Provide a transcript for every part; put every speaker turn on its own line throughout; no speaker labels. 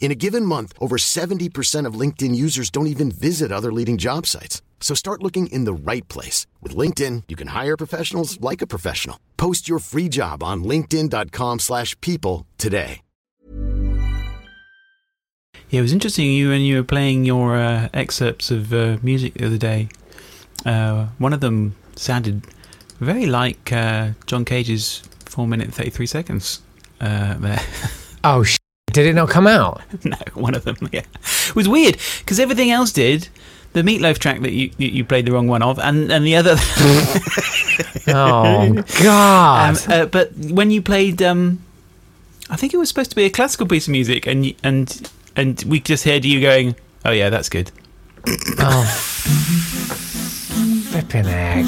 In a given month, over 70% of LinkedIn users don't even visit other leading job sites. So start looking in the right place. With LinkedIn, you can hire professionals like a professional. Post your free job on linkedin.com/people slash people today.
Yeah, it was interesting. You when you were playing your uh, excerpts of uh, music the other day, uh, one of them sounded very like uh, John Cage's four minute thirty three seconds. Uh, there,
Oh, sh- did it not come out?
no, one of them. Yeah, it was weird because everything else did. The meatloaf track that you you you played the wrong one of, and and the other.
Oh
Um,
God!
uh, but when you played, um, I think it was supposed to be a classical piece of music, and y- and and we just heard you going, "Oh yeah, that's good."
oh, flipping heck!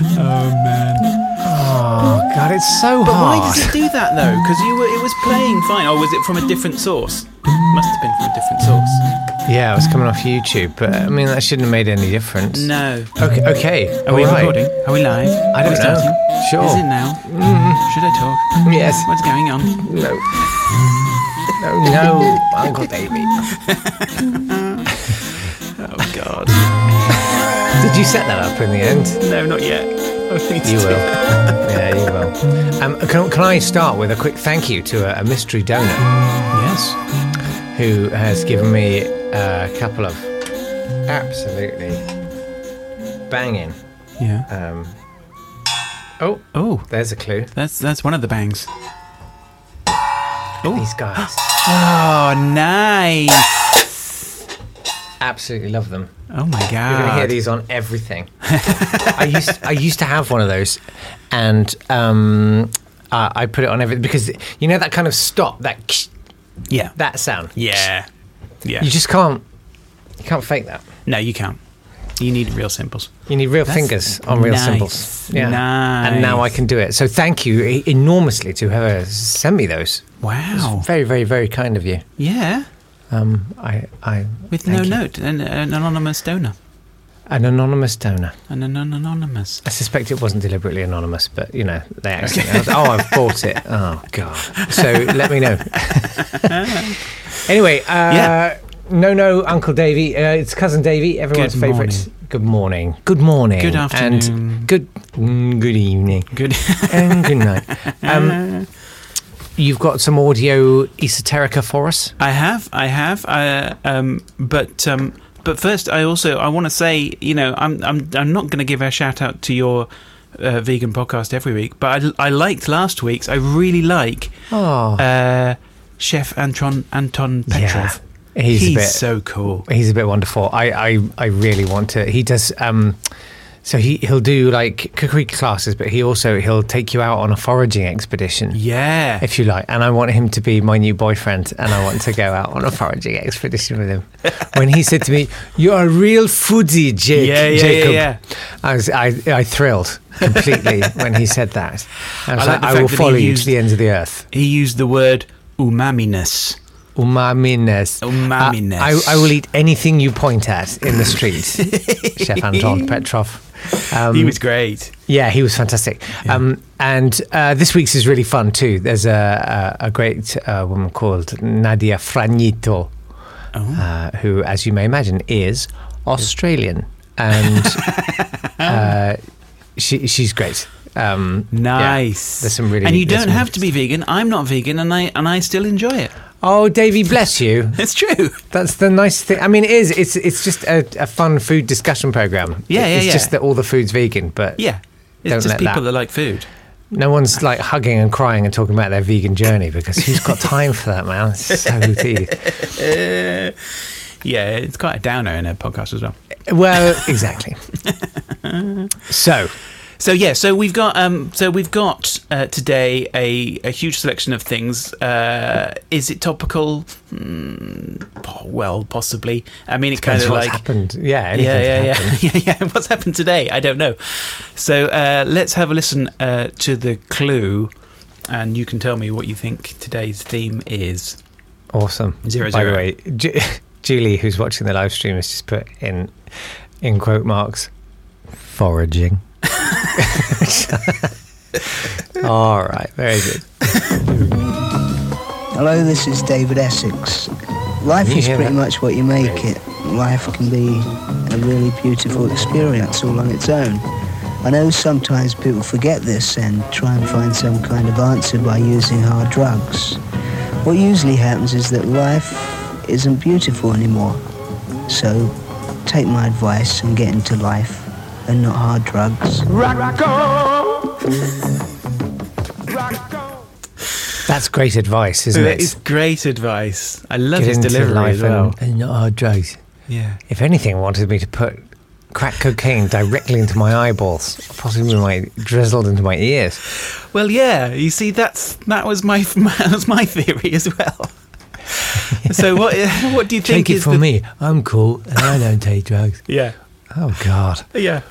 Oh man.
Oh God, it's so
But
hard.
why does it do that though? Because you were it was playing fine, or was it from a different source? Must have been from a different source.
Yeah, it was coming off YouTube, but I mean that shouldn't have made any difference.
No.
Okay. Okay.
Are we
all right.
recording? Are we live?
I
Are we
don't know.
starting?
Sure. Mm-hmm.
Is it now? Should I talk?
Yes.
What's going on?
No. No. No. Uncle Davy.
Oh God.
Did you set that up in the end?
No, not yet. I need to
You
do
will.
that.
Yeah, you will. Um, can, can I start with a quick thank you to a, a mystery donor
Yes.
who has given me a couple of absolutely banging.
Yeah.
Um, oh,
Oh,
there's a clue.
that's that's one of the bangs.
These guys.
Oh, nice.
Absolutely love them.
Oh my God.
You're going to hear these on everything. I used I used to have one of those, and um, I, I put it on everything because you know that kind of stop that
Yeah.
that sound.
Yeah. Yeah.
You just can't you can't fake that.
no, you can't. You need real symbols.
You need real
That's
fingers on real
nice.
symbols.
Nice.
And now I can do it. So thank you e- enormously to whoever sent me those.
Wow.
Very very very kind of you.
Yeah.
Um, I I
With
thank
no
you.
note, an, an anonymous donor,
an anonymous donor.
an, an an anonymous.
I suspect it wasn't deliberately anonymous, but you know, they accidentally. oh, I've bought it. Oh god. So let me know. anyway, uh,
Yeah.
no, no, Uncle Davy. Uh, it's cousin Davy, everyone's
Good
favourite.
morning.
Good morning. Good morning.
Good afternoon.
And good mm, good evening.
Good.
and good night. Um, you've got some audio esoterica for us.
I have, I have. I, um, but um, but first, I also I want to say, you know, I'm I'm I'm not going to give a shout out to your uh, vegan podcast every week, but I, I liked last week's. I really like
Oh,
uh, Chef Anton Anton Petrov.
Yeah. He's a bit-
so cool.
he's a bit wonderful. I, I, I really want to. He does. Um, so he he'll do like cookery classes, but he also he'll take you out on a foraging expedition.
Yeah.
If you like, and I want him to be my new boyfriend, and I want to go out on a foraging expedition with him. When he said to me, "You're a real foodie, Jake,"
Yeah, yeah, yeah,
Jacob,
yeah.
I was I, I thrilled completely when he said that. I was
I like
like,
the
"I will
fact that he
follow you
used-
to the ends of the earth."
he used the word umaminess.
Umaminess.
Umaminess.
Uh, I, I will eat anything you point at in the street, Chef Anton Petrov. Um,
he was great.
yeah, he was fantastic. Um, and uh, this week's is really fun too. There's a, a, a great uh, woman called Nadia Franito,
Oh.
uh, who, as you may imagine, is Australian. And uh, she, she's great. Um, yeah,
Nice.
there's some really
And you
there's
don't
some-
have to be vegan. I'm not vegan, and I and I still enjoy it.
Oh, Davy, bless you.
It's true.
That's the nice thing. I mean, it is. It's it's just a, a fun food discussion program.
Yeah,
It-
yeah,
It's
yeah.
just that all the food's vegan, but
Yeah. It's
Don't
just
let
people that.
that-
like food.
No one's like hugging and crying and talking about their vegan journey because who's got time for that, man? It's so tedious.
Yeah, it's quite a downer in a podcast as well.
Well, exactly. so,
So yeah, so we've got um, so we've got uh, today a, a huge selection of things. Uh, is it topical? Hmm, po- well, possibly. I mean, it kind
depends
of
what's
like
happened. Yeah, anything
yeah, yeah,
can
yeah,
happen.
yeah, yeah. What's happened today? I don't know. So uh, let's have a listen uh, to the clue, and you can tell me what you think today's theme is.
Awesome.
Zero,
By
zero.
the way, Ju- Julie, who's watching the live stream, has just put in in quote marks foraging. All right, very good.
Hello, this is David Essex. Life
Can you
is
hear
pretty
that?
much what you make it. Life can be a really beautiful experience all on its own. I know sometimes people forget this and try and find some kind of answer by using hard drugs. What usually happens is that life isn't beautiful anymore. So take my advice and get into life and not hard drugs.
That's great advice, isn't
That
it?
is great advice. I love
Get
his
into
delivery
life
as well.
and, and not hard drugs.
Yeah.
If anything, wanted me to put crack cocaine directly into my eyeballs, possibly my drizzled into my ears.
Well, yeah. You see, that's that was my, that was my theory as well. so what what do you think
Take it
is
from
the,
me. I'm cool and I don't take drugs.
Yeah,
Oh God.
yeah.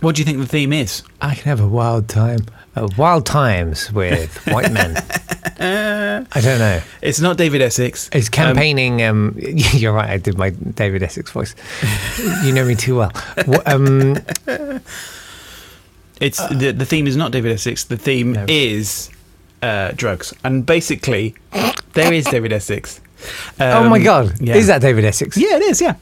What do you think the theme is?
I can have a wild time. Uh, wild times with white men. I don't know.
It's not David Essex.
It's campaigning. Um, you're right. I did my David Essex voice. you know me too well. Wha- Um,
It's the, the theme is not David Essex. The theme
No.
is uh, drugs, and basically there is David Essex.
oh my
Um,
God!
yeah.
Is that David Essex?
Yeah, it is. Yeah,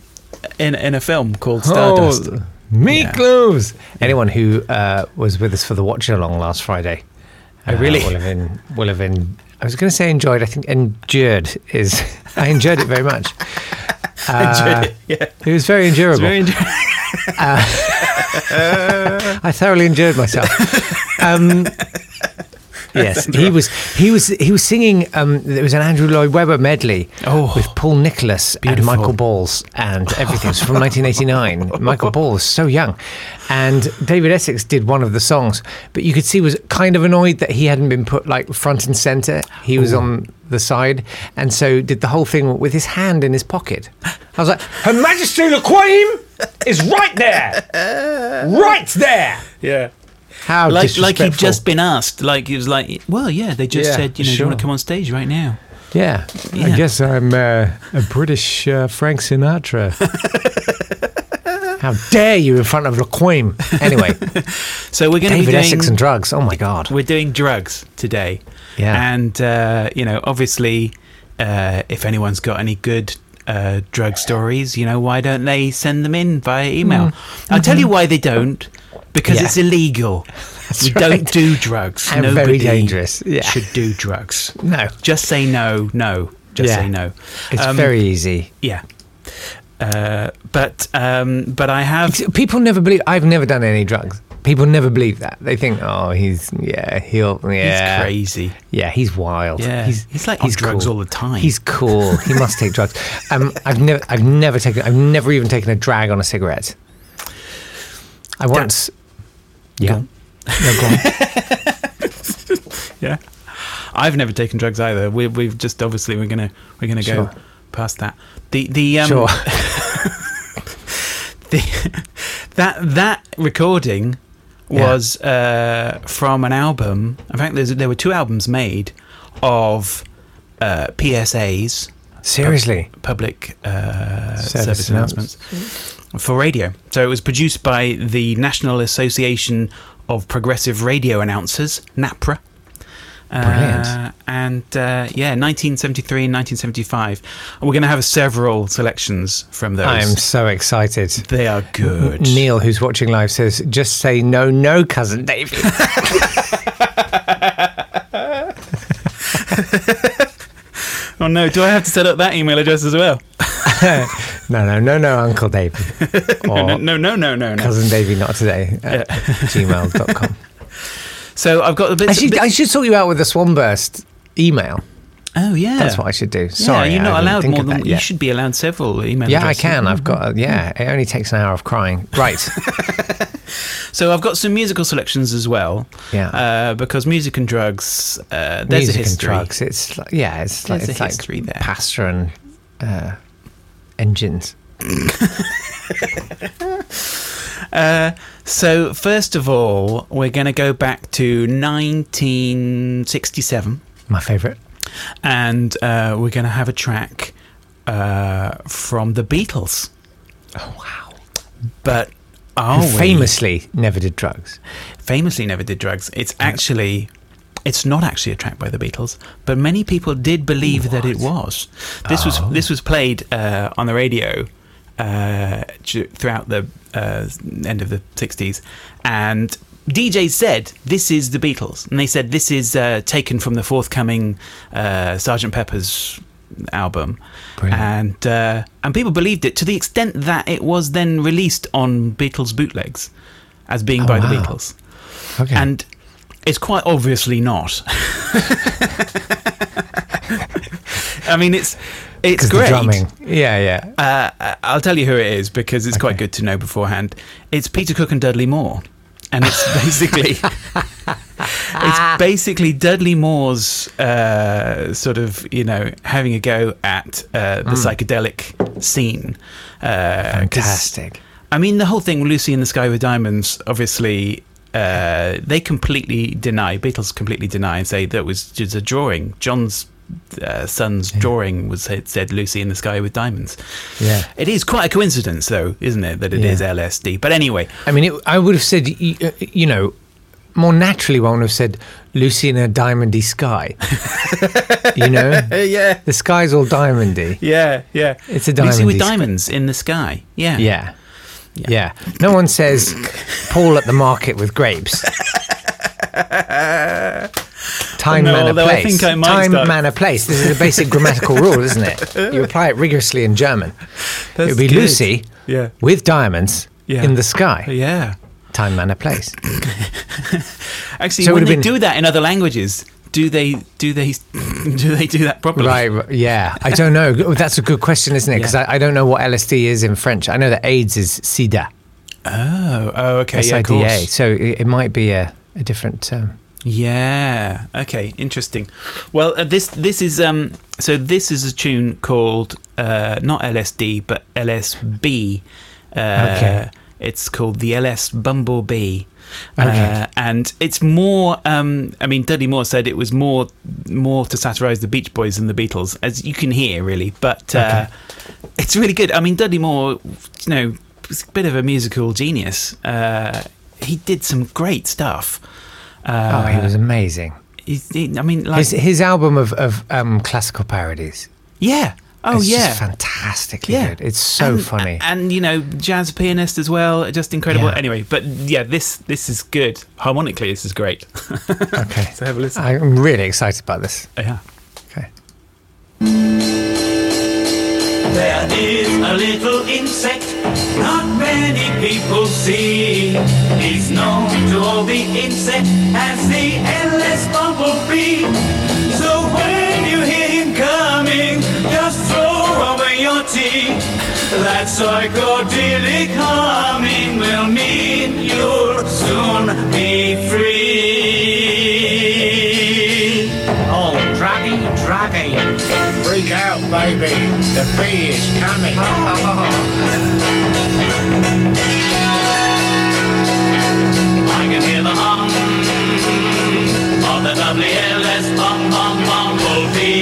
in in a film called
Oh,
Stardust.
meat
Yeah.
globes. Anyone who uh, was with us for the watch along last Friday, uh,
Oh, really?
will have en- will have en- I was going to say enjoyed. I think endured is. I endured it very much. Uh,
it, yeah.
it was very endurable.
It's very interesting.
Uh, I thoroughly enjoyed myself. Um, yes, he was. He was. He was singing. Um, there was an Andrew Lloyd Webber medley
Oh.
with Paul Nicholas
Beautiful.
and Michael Balls and everything. It's from 1989. Michael Ball was so young, and David Essex did one of the songs, but you could see was kind of annoyed that he hadn't been put like front and center. He was on the side, and so did the whole thing with his hand in his pocket. I was like, Her Majesty the Queen is right there, right there.
yeah.
How
Like, like he'd
disrespectful.
just been asked. Like he was like, well, yeah, they just
Yeah,
said, you know, do you want
sure.
to come on stage right now?
Yeah,
Yeah.
I guess I'm uh, a British uh, Frank Sinatra. How dare you in front of La Queen? Anyway,
So we're going to be
David
doing
Essex and drugs. Oh my God!
we're doing drugs today.
Yeah.
And, uh, you know, obviously, uh, if anyone's got any good uh, drug stories, you know, why don't they send them in via email? I'll tell you why they don't. Because
Mm. Mm-hmm. Yeah.
it's illegal. we
right.
don't do drugs.
And very
Nobody
dangerous. Yeah.
should do drugs.
No.
Just say no, no. Just
Yeah.
say no.
It's
Um,
very easy.
Yeah. Uh, but um, but I have
People never believe. I've never done any drugs. People never believe that. They think, oh, he's yeah, he'll yeah,
he's crazy.
Yeah, he's wild.
Yeah,
he's,
he's like on drugs all the time.
He's cool. He must take drugs. Um, I've never, I've never taken, I've never even taken a drag on a cigarette. I once, yeah,
on.
No, go on.
Yeah. I've never taken drugs either. We, we've just obviously we're gonna we're gonna
Sure.
go past that. The the um,
sure.
the, that that recording
Yeah.
was uh, from an album. In fact, there's, there were two albums made of uh, PSAs,
Seriously,
public uh,
Service
service,
announcements.
announcements. for radio. So it was produced by the National Association of Progressive Radio Announcers, NAPRA. Uh,
Brilliant.
and uh, yeah, 1973 and 1975. And we're going to have several selections from those.
I'm so excited.
they are good.
Neil, who's watching live, says, "Just say no, no, cousin David."
Oh no, do I have to set up that email address as well?
no, no, no, no, Uncle David, or
No, no, no, no, no. no.
cousin David, not today. At gmail.com.
So I've got a bit.
I should,
bit-
I should sort you out with a Swanburst email.
oh yeah,
That's what I should do.
Yeah,
Sorry,
you're
I
not
didn't
allowed
think
more
of
than
that
you
yet.
should be allowed several email.
Yeah, I
addresses. Mm-hmm.
can. I've got. A, yeah, it only takes an hour of crying. Right.
So I've got some musical selections as well.
Yeah.
Uh, because music and drugs, uh, there's
Music
a history.
and drugs. It's like, yeah, it's like
There's a
it's like
history there.
pasta and uh, engines.
Uh, So first of all, we're going to go back to 1967,
My favourite.
and uh, we're going to have a track uh, from the Beatles.
Oh wow.
But
Who
are we-
famously never did drugs.
famously never did drugs. It's actually, it's not actually a track by the Beatles, but many people did believe that it was. This was this was played uh, on the radio uh, ju- throughout the uh, end of the sixties, and. DJ said, "This is the Beatles," and they said, "This is uh, taken from the forthcoming uh, Sergeant Pepper's album,"
Brilliant.
and uh, and people believed it to the extent that it was then released on Beatles bootlegs as being
Oh,
by the
wow.
Beatles.
Okay.
And it's quite obviously not. I mean, it's it's
'Cause the
great.
drumming. Yeah, yeah.
Uh, I- I'll tell you who it is because it's quite
Okay.
good to know beforehand. It's Peter Cook and Dudley Moore, and it's basically
Ah.
it's basically Dudley Moore's uh, sort of you know having a go at uh,
Mm.
the psychedelic scene. Uh, 'cause-
Fantastic.
I mean, the whole thing, Lucy in the Sky with Diamonds, obviously, uh, they completely deny, Beatles completely deny and say that was just a drawing. John's uh, son's drawing was it said Lucy in the Sky with Diamonds.
Yeah.
It is quite a coincidence, though, isn't it, that it
Yeah.
is LSD? But anyway,
I mean, it, I would have said, y- uh, you know, more naturally, one would have said Lucy in a diamondy sky. you know,
yeah.
the sky's all diamondy.
Yeah, yeah.
It's a
Lucy with
diamondy sky.
diamonds in the sky. Yeah.
Yeah. yeah, No one says Paul at the market with grapes. Time,
No,
manner,
although I
place.
think I might
Time,
start-
manner, place. This is a basic grammatical rule, isn't it? You apply it rigorously in German. it would be
good.
Lucy
Yeah.
with diamonds
Yeah.
in the sky.
Yeah.
Time, manner, place.
Actually,
So
when
it would've
they
been-
do that in other languages, do they do they do they do that properly?
Right. r- Yeah. I don't know. Oh, That's a good question, isn't it? Because
Yeah.
I, I don't know what LSD is in French. I know that AIDS is SIDA.
Oh, oh, okay. Yeah, of
SIDA.
course.
so it, it might be a, a different term.
Yeah. Okay. Interesting. Well, uh, this this is um. So this is a tune called uh, not LSD but LSB. Uh,
Okay.
It's called the LS Bumblebee. Uh,
Okay.
and it's more. Um, I mean, Dudley Moore said it was more, more to satirise the Beach Boys than the Beatles, as you can hear, really. But uh, it's really good. I mean, Dudley Moore, you know, was a bit of a musical genius. Uh, he did some great stuff.
Oh,
Uh,
he was amazing.
He's, he, I mean, like,
His, his album of, of um, classical parodies.
yeah. Oh,
is
yeah.
Just fantastically
yeah.
good. It's so
And- uh,
funny.
And, you know, jazz pianist as well. Just incredible.
Yeah.
Anyway, but yeah, this this is good. Harmonically, this is great.
okay.
so uh, have a listen.
I'm really excited about this.
yeah.
Okay.
There is a little insect not many people see. He's known to all the insect as the endless bumblebee. So when you hear him coming, just throw away your tea. That psychodelic humming will mean you'll soon be free. Oh, druggy, druggy. Freak out, baby. The bee is coming. I can hear the hum of the WLS bum bum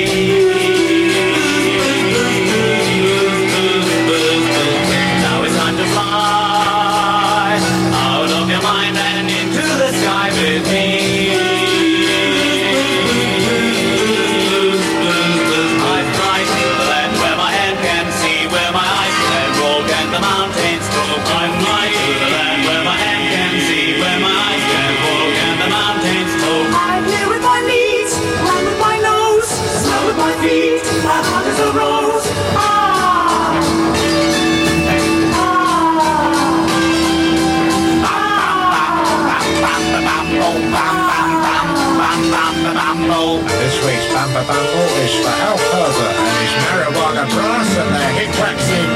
bumblebee. Now it's time to fly out of your mind and into the sky with me. I fly to the land where my head can see, where my eyes can roll, can the mountains grow. I fly to the land where my head can see, where my eyes can roll, can the mountains grow.
I'm here with my knees, run with my nose, smell with my camp about Ortish for Alfalfa and his marijuana brass and their hip-waxing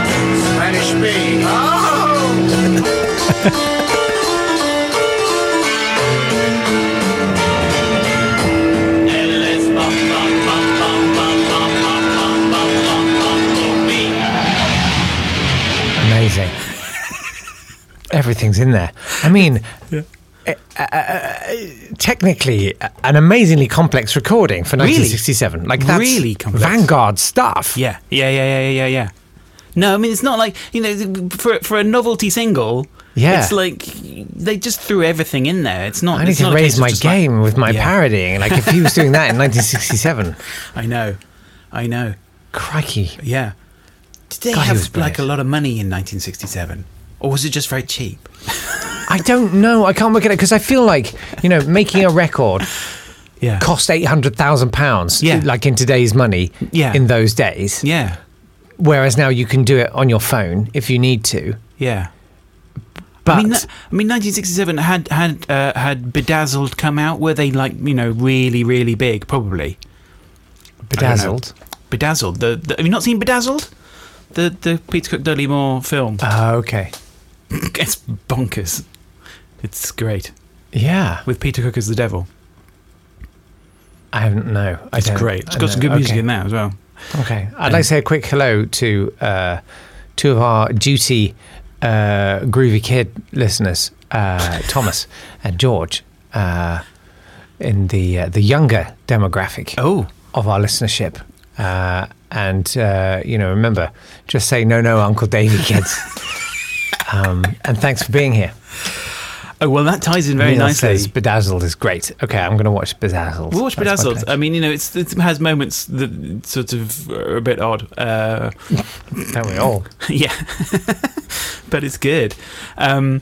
Spanish bee. Oh!
Amazing. Everything's in there. I mean, uh, uh, uh, technically, uh, an amazingly complex recording for
Really?
1967. Like that's
Really complex.
vanguard stuff.
Yeah, yeah, yeah, yeah, yeah, yeah. No, I mean it's not like you know for for a novelty single.
Yeah.
it's like they just threw everything in there. It's not.
I need
Oh, it's
to
not a case
raise
of
my
just like-
game with my
Yeah.
parodying. Like if he was doing that in 1967,
I know, I know.
crikey.
Yeah. Did they
God, he was
have like
brilliant.
a lot of money in 1967, or was it just very cheap?
I don't know. I can't work it out because I feel like you know making a record
Yeah.
cost eight hundred thousand pounds.
Yeah.
like in today's money.
Yeah.
in those days.
yeah.
Whereas now you can do it on your phone if you need to.
Yeah.
But
I mean, that, I mean, 1967 had had uh, had Bedazzled come out. Were they like you know really really big? Probably.
bedazzled.
Bedazzled. The, the have you not seen Bedazzled? The the Peter Cook Dudley Moore film.
Oh, okay.
it's bonkers. It's great
Yeah,
with Peter Cook as the devil.
I haven't. No, I
It's
don't-
great. It's
I
got some
don't-
good music
okay.
in there as well.
Okay, I'd like to say a quick hello to uh, two of our duty uh, groovy kid listeners, uh, Thomas and George, uh, in the uh, the younger demographic
Oh.
of our listenership. Uh, and uh, you know, remember, just say no, no, Uncle Davy, kids. um, and thanks for being here.
Oh well, that ties in very
Neil
nicely.
says Bedazzled is great. Okay, I'm going to watch Bedazzled.
We'll watch
That's my
Bedazzled.
plan.
I mean, you know, it's, it has moments that sort of are a bit odd. Uh,
Don't we all?
yeah, but it's good. Um,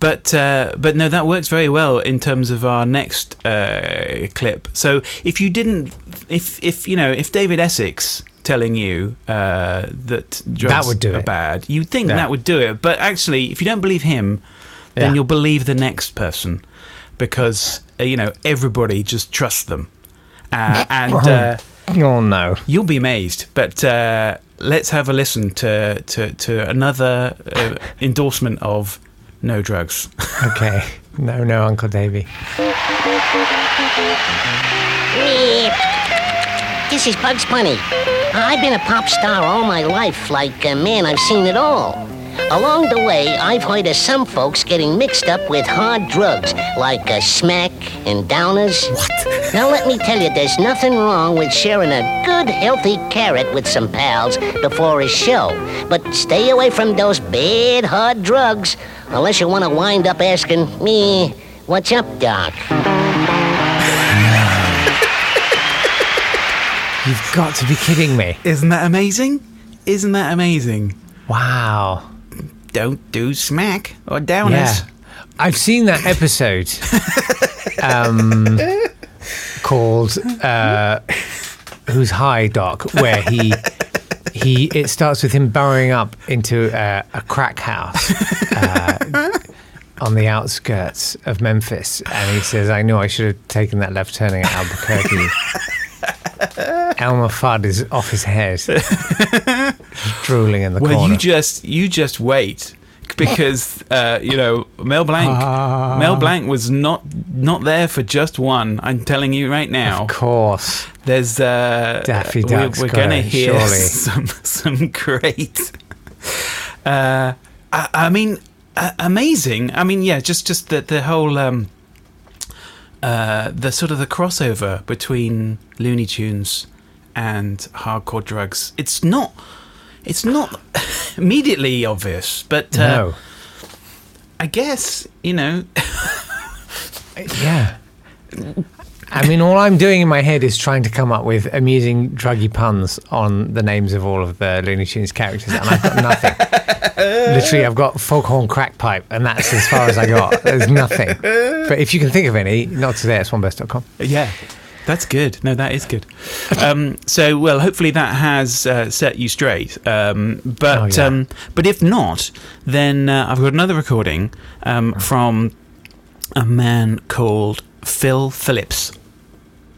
but uh, but no, that works very well in terms of our next uh, clip. So if you didn't, if if you know, if David Essex telling you uh, that drugs
That would do
are
it.
bad, you'd think
Yeah.
that would do it. But actually, if you don't believe him, then
Yeah.
you'll believe the next person because uh, you know everybody just trusts them, uh, and. Uh,
Oh no.
You'll be amazed, but uh, let's have a listen to to, to another uh, endorsement of no drugs.
Okay. No, no, Uncle Davy.
This is Bugs Bunny. I've been a pop star all my life. Like, uh, man, I've seen it all. Along the way, I've heard of some folks getting mixed up with hard drugs, like uh, smack and downers. What? Now, let me tell you, there's nothing wrong with sharing a good, healthy carrot with some pals before a show. But stay away from those bad, hard drugs, unless you want to wind up asking me, what's up, Doc?
You've got to be kidding me.
Isn't that amazing? Isn't that amazing?
Wow.
Don't do smack or
Yeah.
downers.
I've seen that episode um, called uh, Who's High Doc, where he. He it starts with him burrowing up into uh, a crack house uh, on the outskirts of Memphis, and he says, "I knew I should have taken that left turning at Albuquerque." Elmer Fudd is off his head, drooling in the
Well,
corner.
you just you just wait because uh, you know Mel Blanc.
Ah.
Mel Blanc was not not there for just one. I'm telling you right now.
of course.
There's uh,
Daffy
we're-
Duck's
We're, gonna
great,
hear
surely.
some some great. Uh, I, I mean, uh, amazing. I mean, yeah, just just the the whole um, uh, the sort of the crossover between Looney Tunes and hardcore drugs. It's not. It's not immediately obvious, but uh,
no.
I guess you know.
Yeah. I mean, all I'm doing in my head is trying to come up with amusing druggy puns on the names of all of the Looney Tunes characters, and I've got nothing. Literally, I've got Foghorn Crackpipe, and that's as far as I got. There's nothing. But if you can think of any, not today at swanburst.com.
Yeah, that's good. No, that is good. Um, so, well, hopefully that has uh, set you straight. Um, but
Oh, yeah.
um, but if not, then uh, I've got another recording um,
Mm.
from a man called Phil Phillips.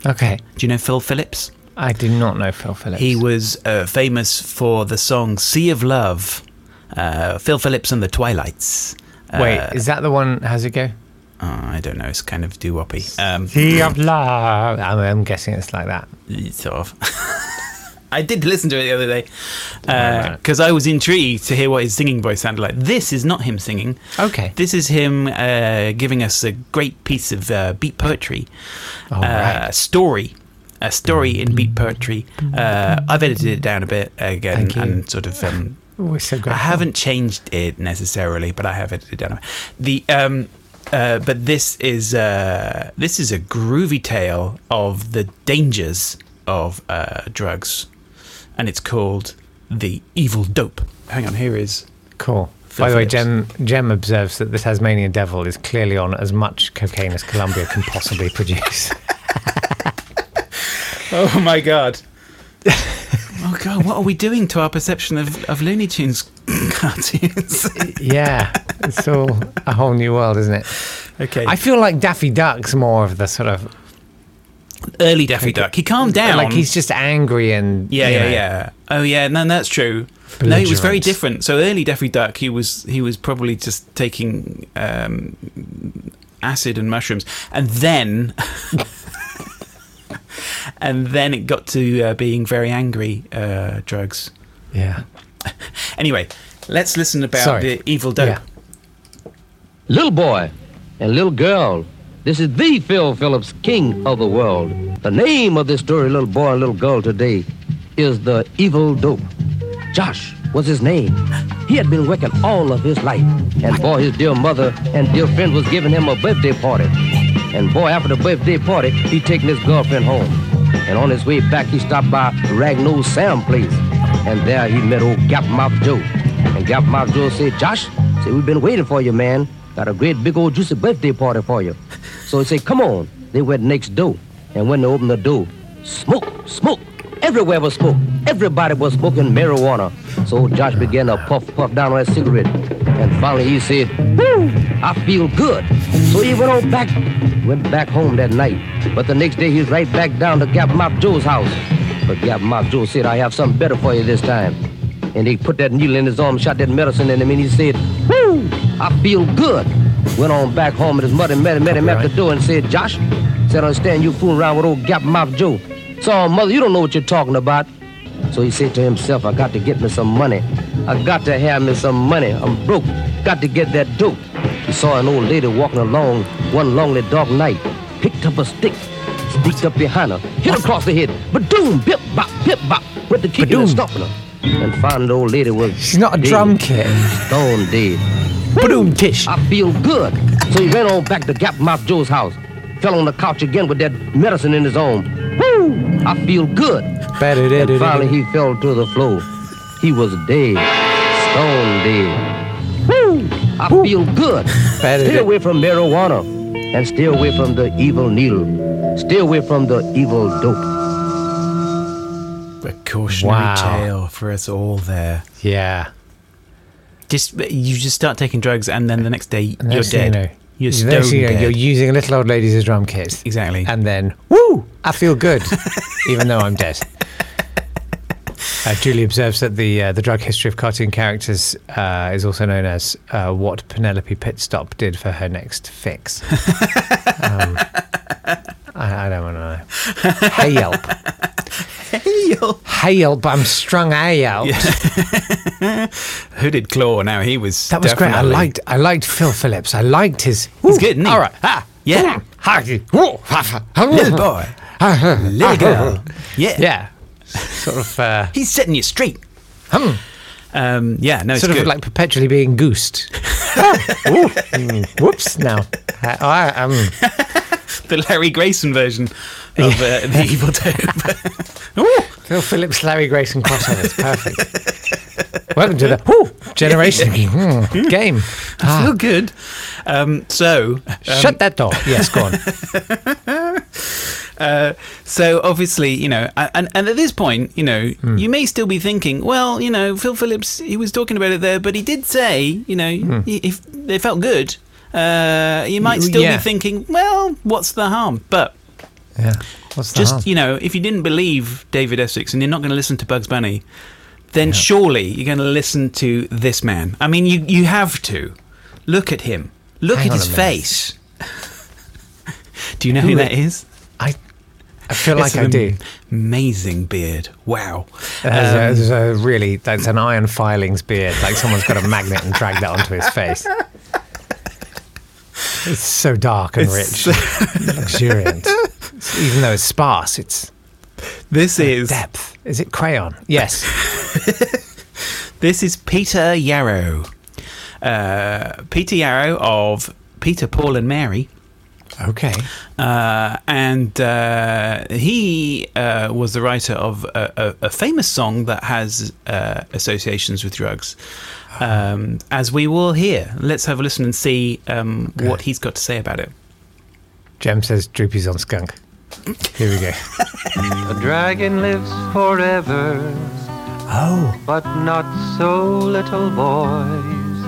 Okay.
Do you know Phil Phillips?
I do not know Phil Phillips.
He was uh, famous for the song Sea of Love, uh, Phil Phillips and the Twilights. Uh,
Wait, is that the one? How's it go?
oh, I don't know, it's kind of doo woppy. Um,
Sea of Love. I'm, I'm guessing it's like that.
sort of. I did listen to it the other day because I was intrigued to hear what his singing voice sounded like. This is not him singing.
Okay.
This is him uh, giving us a great piece of uh, beat poetry,
All
uh,
right.
story, a story in beat poetry. Uh, I've edited it down a bit again
Thank you.
and sort of. Um,
We're oh, so
I
grateful.
haven't changed it necessarily, but I have edited it down. a bit. The um, uh, but this is uh, this is a groovy tale of the dangers of uh, drugs, and it's called the evil dope. Hang on, here is
Cool.
Phil
By the way, Jem,
Phillips.
Jem observes that the Tasmanian devil is clearly on as much cocaine as Colombia can possibly produce.
Oh my god. oh god, what are we doing to our perception of, of Looney Tunes cartoons?
yeah, it's all a whole new world, isn't it?
okay.
I feel like Daffy Duck's more of the sort of
early Daffy Duck. He calmed down.
like he's just angry and
yeah,
you
yeah,
know.
yeah. Oh yeah, no, that's true. No, he was very
Belligerent.
different. So early Daffy Duck, he was he was probably just taking um, acid and mushrooms, and then and then it got to uh, being very angry uh, drugs.
yeah.
Anyway, let's listen about
Sorry.
the evil dope.
Yeah.
Little boy and little girl, this is the Phil Phillips, king of the world. The name of this story, little boy and little girl today, is the evil dope. Josh was his name. He had been working all of his life. And boy, his dear mother and dear friend was giving him a birthday party. And boy, after the birthday party, he taken his girlfriend home. And on his way back, he stopped by Ragno Sam place. And there he met old Gapmouth Joe. And Gap Mouth Joe said, Josh, say we've been waiting for you, man. Got a great big old juicy birthday party for you. So he said, come on. They went next door. And when they opened the door, smoke, smoke. Everywhere was smoke. Everybody was smoking marijuana. So Josh began to puff, puff down on his cigarette. And finally he said, Woo, I feel good. So he went on back, went back home that night. But the next day he was right back down to Gap Mouth Joe's house. But Gap Mouth Joe said, I have something better for you this time. And they put that needle in his arm, shot that medicine in him, and he said, Woo, I feel good. Went on back home, and his mother met him, met him at the door and said, Josh, said, I understand you fooling around with old Gap Mouth Joe. So, mother, you don't know what you're talking about. So he said to himself, I got to get me some money. I got to have me some money. I'm broke. Got to get that dope. He saw an old lady walking along one lonely dark night. Picked up a stick, sneaked up behind her, hit her across the head. Ba-doom, bip, bop, bip, bop. With the kicking and
Ba-doom.
stomping her. And finally, the old lady was
She's not a drum kit.
Stone dead.
Boom, tish.
I feel good. So he ran on back to Gap Mouth Joe's house. Fell on the couch again with that medicine in his arm. Woo! I feel good. And finally he fell to the floor. He was dead. Stone dead. Woo! I feel good. Stay away from marijuana. And stay away from the evil needle. Stay away from the evil dope.
A cautionary
Wow.
tale for us all there.
Yeah.
Just you just start taking drugs, and then the next day
And
you're
next thing
dead.
You know,
You're
the
stone
next thing you know,
dead.
You're using a little old lady as a drum kit.
Exactly.
And then, woo, I feel good, even though I'm dead. Uh, Julie observes that the uh, the drug history of cartoon characters uh, is also known as uh, what Penelope Pitstop did for her next fix. um, I, I don't want to know. Hey Yelp. Hey Yelp, I'm strung eh, hey out.
Hooded Claw. Now he was
That was
definitely-
great. I liked I liked Phil Phillips. I liked his.
He's good, isn't he?
All right. Ah,
Yeah.
Ha, woo, ha, ha, ha,
little
woo.
boy,
Ah, Ha, ha, ha,
little girl.
ha.
Yeah,
Yeah. Sort of. Uh,
He's setting you straight.
hmm.
Um, yeah, no, it's
Sort
good.
of like perpetually being goosed. Ah, ooh, mm, whoops! Now, I, I, um,
the Larry Grayson version of uh, the Evil Dope. Ooh,
Phil Phillips, Larry Grayson crossover. It's perfect. Welcome to the woo, generation mm, game.
I
Ah,
feel good. Um, so,
shut that door. Yes, go on.
uh, so obviously, you know, a- and and at this point, you know,
Hmm.
you may still be thinking, well, you know, Phil Phillips, he was talking about it there, but he did say, you know, he, he, they felt good. Uh, you might
Hmm. Y-
still
yeah.
be thinking, well, what's the harm? But
Yeah. What's the
Just
harm?
you know, if you didn't believe David Essex and you're not going to listen to Bugs Bunny, then surely you're going to listen to this man. I mean, you you have to look at him. Look
Hang
at
on a
his
minute.
face. do you know who,
Who
that
i-
is?
I I feel
It's
like I
an
do.
Amazing beard. Wow.
There's,
Um,
a, there's a really that's an iron filings beard. Like someone's got a magnet and dragged that onto his face. It's so dark and
It's-
rich, luxuriant. Even though it's sparse, it's
this is
depth. Is it crayon? Yes.
This is Peter Yarrow. Uh, Peter Yarrow of Peter, Paul, and Mary.
Okay.
Uh, and uh, he uh, was the writer of a, a, a famous song that has uh, associations with drugs, um, as we will hear. Let's have a listen and see um, what he's got to say about it.
Jem says Droopy's on skunk. Here we go.
A dragon lives forever.
Oh,
But not so little boys.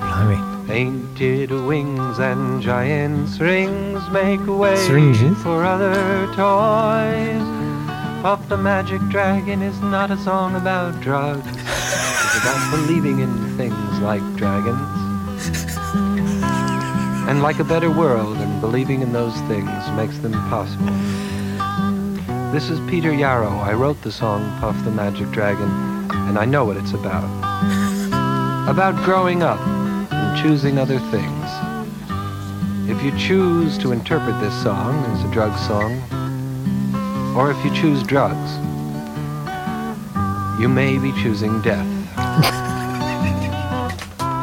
blimey.
Painted wings and giant strings make way
Syringes?
for other toys. Puff the Magic Dragon is not a song about drugs. It's about believing in things like dragons. And like a better world, and believing in those things makes them possible. This is Peter Yarrow. I wrote the song Puff the Magic Dragon, and I know what it's about. About growing up and choosing other things. If you choose to interpret this song as a drug song, or if you choose drugs, you may be choosing death.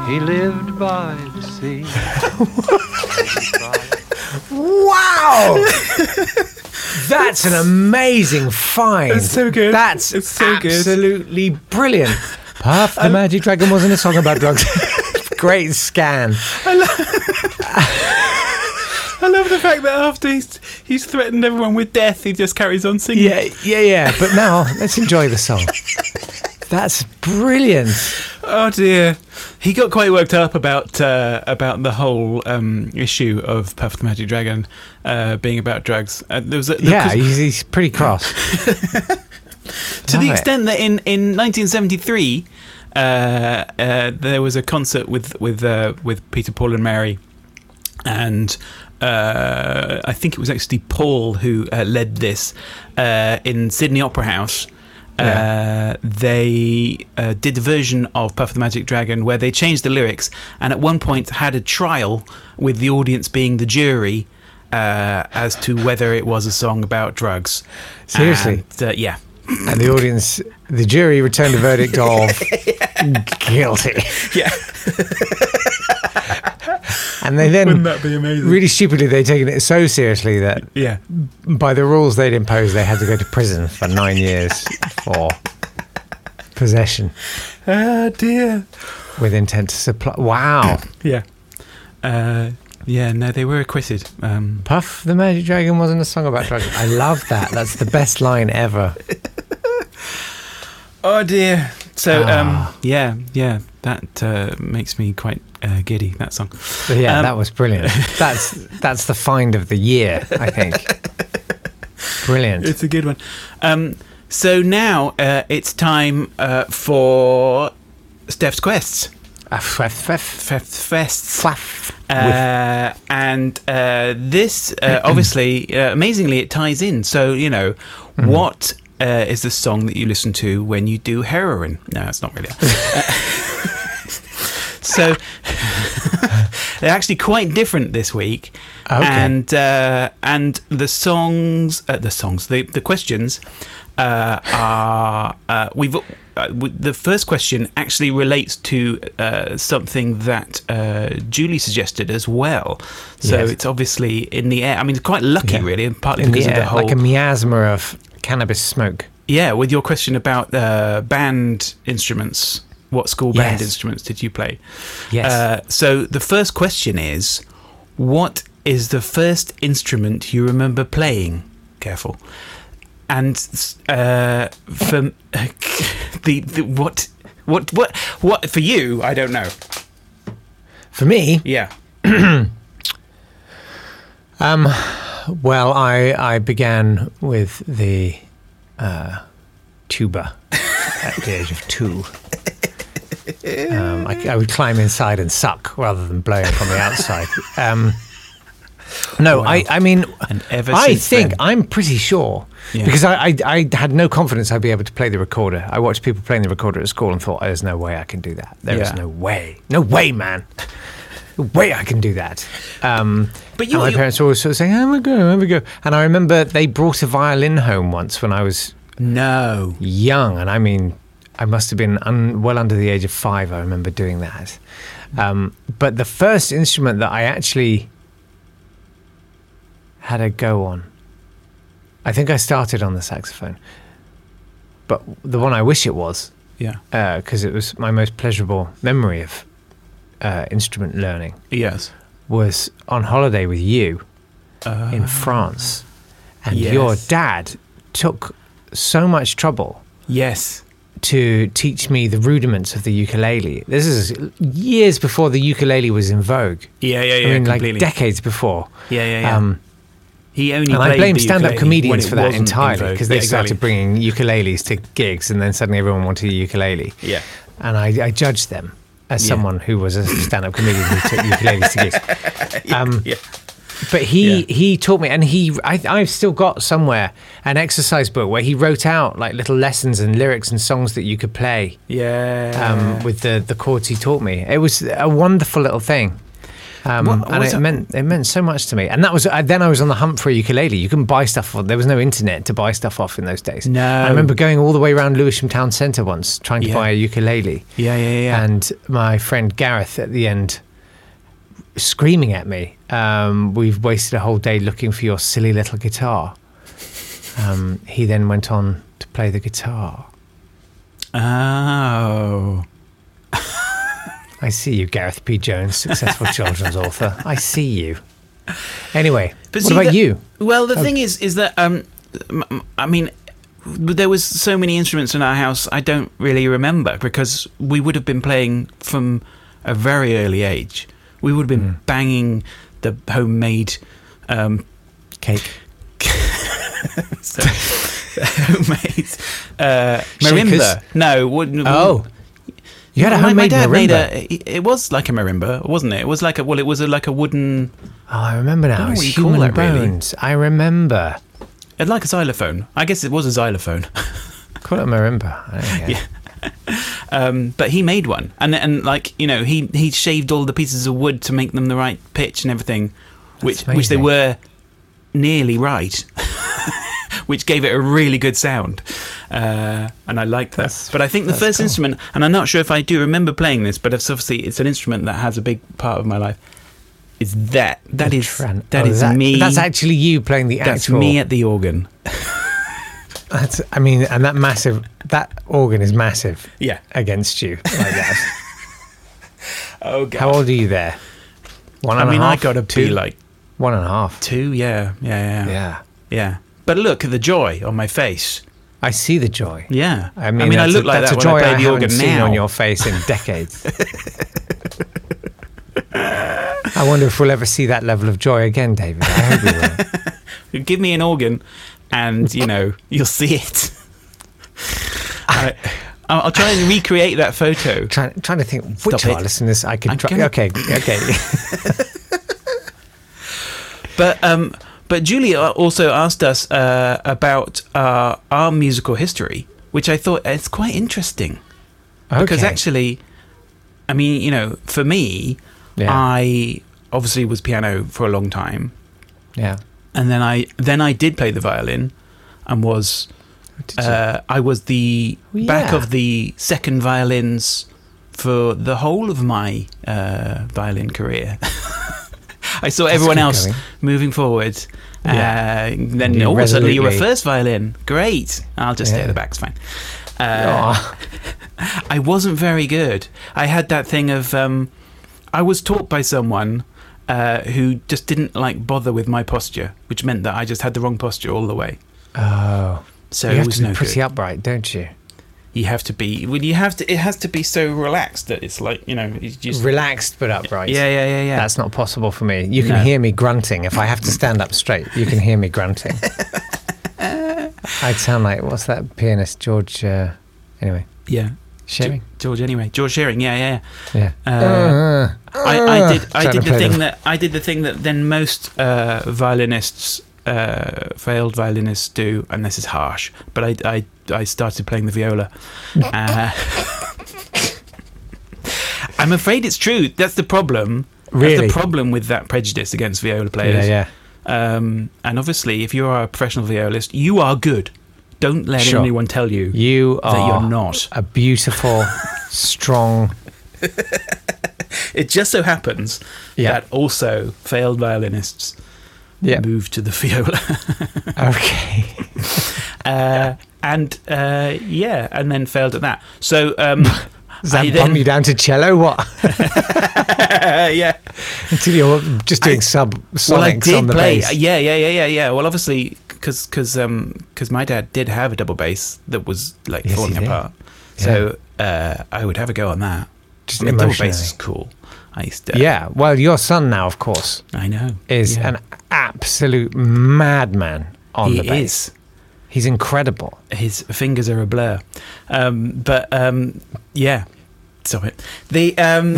he lived by the sea.
Wow! That's an amazing find.
It's so good.
That's
It's so good.
absolutely brilliant. Puff the Magic Dragon wasn't a song about drugs. Great scan.
I love the fact that after he's, he's threatened everyone with death, he just carries on singing.
Yeah, yeah, yeah. But now let's enjoy the song. That's brilliant.
Oh dear, he got quite worked up about uh, about the whole um, issue of Puff the Magic Dragon uh, being about drugs. Uh, there was a,
Yeah,
'cause
he's, he's pretty cross.
to
love
the
it.
extent that in, in 1973 uh, uh, there was a concert with with uh, with Peter Paul and Mary, and uh, I think it was actually Paul who uh, led this uh, in Sydney Opera House. Uh, they uh, did a version of Puff the Magic Dragon where they changed the lyrics and at one point had a trial with the audience being the jury uh, as to whether it was a song about drugs.
Seriously?
And, uh, yeah.
And the audience, the jury returned a verdict of guilty.
Yeah.
And they then,
Wouldn't that be amazing?
really stupidly, they'd taken it so seriously that
Yeah.
by the rules they'd imposed, they had to go to prison for nine years for possession
Ah, dear.
with intent to supply. Wow.
Yeah. Uh, yeah, no, they were acquitted. Um,
Puff the Magic Dragon wasn't a song about drugs. I love that. That's the best line ever.
oh, dear. So,
Ah.
um, yeah, yeah, that uh, makes me quite uh, giddy, that song.
But yeah,
Um,
that was brilliant. That's that's the find of the year, I think. Brilliant.
It's a good one. Um, so now uh, it's time uh, for Steph's Quests.
A f- f- f-
Steph's Fests.
f- with-
Uh, and uh, this uh, obviously, uh, amazingly, it ties in. So you know,
Mm-hmm.
what uh, is the song that you listen to when you do heroin? No, it's not really. Uh, so they're actually quite different this week,
Okay.
and uh, and the songs, uh, the songs, the the questions uh, are uh, we've. Uh, w- the first question actually relates to uh, something that uh, Julie suggested as well. So
Yes.
it's obviously in the air. I mean, it's quite lucky,
Yeah.
really, and partly
in
because
the
of the
air,
whole
like a miasma of cannabis smoke.
yeah. With your question about uh, band instruments, what school band
Yes.
instruments did you play?
Yes.
Uh, so the first question is, what is the first instrument you remember playing? Careful. And uh, for the, the what what what what for you? I don't know.
For me,
Yeah.
Um, Well, I, I began with the uh, tuba at the age of two. Um, I, I would climb inside and suck rather than blowing from the outside. Um, no, I, I mean,
ever
I
since
think
then-
I'm pretty sure
Yeah.
because I, I, I had no confidence I'd be able to play the recorder. I watched people playing the recorder at school and thought, "There's no way I can do that. There is
Yeah.
no way, no way, man, no way I can do that." Um, but
you-
my
you-
parents were always sort of saying, "Oh my god, oh my god," and I remember they brought a violin home once when I was
no
young, and I mean, I must have been un- well under the age of five. I remember doing that. Um, but the first instrument that I actually had a go on, I think I started on the saxophone, but the one I wish it was,
Yeah.
because it was my most pleasurable memory of uh, instrument learning.
Yes.
was on holiday with you in France, and
Ah.
your
yes.
dad took so much trouble
Yes.
to teach me the rudiments of the ukulele. This is years before the ukulele was in vogue.
Yeah, yeah,
I
yeah,
mean,
completely.
like decades before.
Yeah, yeah, yeah.
Um,
He only
and I
played
blame
the ukulele
stand-up
when
comedians
it
for that
wasn't in
entirely
vogue.
because they
Yeah, exactly.
started bringing ukuleles to gigs, and then suddenly everyone wanted a ukulele.
Yeah.
and I, I judged them as
Yeah.
someone who was a stand-up comedian who took ukuleles to gigs. Um,
yeah.
But he he taught me, and he I, I've still got somewhere an exercise book where he wrote out like little lessons and lyrics and songs that you could play
Yeah.
um, with the the chords he taught me. It was a wonderful little thing. Um,
What-
and
was
it
that-
meant it meant so much to me, and that was I, then I was on the hunt for a ukulele. You couldn't buy stuff; off- there was no internet to buy stuff off in those days.
No.
I remember going all the way around Lewisham Town Centre once trying to
Yeah.
buy a ukulele,
yeah, yeah, yeah.
and my friend Gareth at the end screaming at me, um, "We've wasted a whole day looking for your silly little guitar." Um, he then went on to play the guitar.
Oh.
I see you, Gareth P. Jones, successful children's author. I see you. Anyway, what
see,
about
the-
you?
Well, the
Oh.
thing is, is that um, m- m- I mean, there was so many instruments in our house. I don't really remember because we would have been playing from a very early age. We would have been
Hmm.
banging the homemade um,
Cake.
so, homemade uh,
Shakers?
marimba. No, wouldn't.
Oh. You had a
My- my
homemade
dad made
marimba.
a- it- It was like a marimba, wasn't it? It was like a well, it was a, like a wooden,
Oh, I remember
don't
now.
know
It's
what you call
human
that, really.
bones. I remember.
uh, like a xylophone. I guess it was a xylophone.
Call it a marimba. I don't care.
um, but he made one, and and like you know, he he shaved all the pieces of wood to make them the right pitch and everything, which which they
amazing.
were nearly right, which gave it a really good sound, uh, and I liked that. but I think the first instrument, and I'm not sure if I do remember playing this, but it's obviously it's an instrument that has a big part of my life. Is that that is
Tran-
that
oh,
is
that-
me?
That's actually you playing the
that's
actual.
me at the organ.
That's, I mean, and that massive, that organ is massive
Yeah.
against you like that.
Oh god.
How old are you there? One
I
and a
mean, I
half,
gotta be
two?
like
one and a half.
two. Yeah. Yeah. Yeah.
Yeah.
Yeah. But look at the joy on my face.
I see the joy.
Yeah.
I mean,
I
that's
look
a,
like
that's
that
a
when
joy
I play the
haven't
organ
seen
now.
on your face in decades. I wonder if we'll ever see that level of joy again, David. I hope we will.
Give me an organ, and you know you'll see it. I, I'll I'll try and recreate that photo.
trying, trying to think which
it.
artist in this I could.
I'm
Try-
gonna-
okay, okay.
But um, but Julia also asked us uh, about uh, our musical history, which I thought it's quite interesting. because
Okay.
actually, I mean, you know, for me,
Yeah.
I obviously was piano for a long time,
yeah.
and then I then I did play the violin, and was
Did you-
uh, I was the
Oh,
back
yeah.
of the second violins for the whole of my uh, violin career. I saw everyone
good
else
going.
moving forward.
Yeah.
Uh, then
You
all of a sudden you're a
resolutely-
first violin. Great. I'll just stay at
Yeah.
the back. It's fine. Uh, I wasn't very good. I had that thing of um, I was taught by someone uh, who just didn't like bother with my posture, which meant that I just had the wrong posture all the way.
oh,
So
you
it
have
was
to be
no
pretty
good.
upright, don't you?
you have to be. Well, you have to. It has to be so relaxed that it's like you know. It's just
relaxed but upright.
Yeah, yeah, yeah, yeah.
That's not possible for me. You can
No.
hear me grunting. If I have to stand up straight, you can hear me grunting. I'd sound like, what's that pianist, George? Uh, anyway.
Yeah.
Sharing?
Ge- George, anyway, George Shearing. Yeah, yeah,
Yeah.
Uh, I, I did. I did
Trying to
the
play
thing
them.
that I did the thing that then most uh, violinists, uh, failed violinists do, and this is harsh. But I, I, I started playing the viola. Uh, I'm afraid it's true. That's the problem.
Really?
That's the problem with that prejudice against viola players. yeah.
Yeah,
Um, and obviously, if you are a professional violist, you are good. Don't let
Sure.
anyone tell you
You
that
are
you're not
a beautiful, strong
It just so happens
Yeah.
that also failed violinists
Yeah.
move to the viola.
okay.
Uh, and uh, yeah, and then failed at that. So um,
Does that
I
bump
then-
you down to cello? What?
yeah.
Until you're just doing sub
Well, I
sonics
did
on the
play. uh,
bass.
Yeah, yeah, yeah, yeah, yeah. Well, obviously, because because my dad did have a double bass that was like
Yes, he
falling
did.
apart. So uh, I would have a go on that.
Just
I mean, double
emotionally.
bass is cool. I used to.
Yeah. Well, your son now, of course,
I know.
is
Yeah.
an absolute madman on
He
the bass.
is.
He's incredible.
his fingers are a blur. Um, but um, yeah, stop it. The um,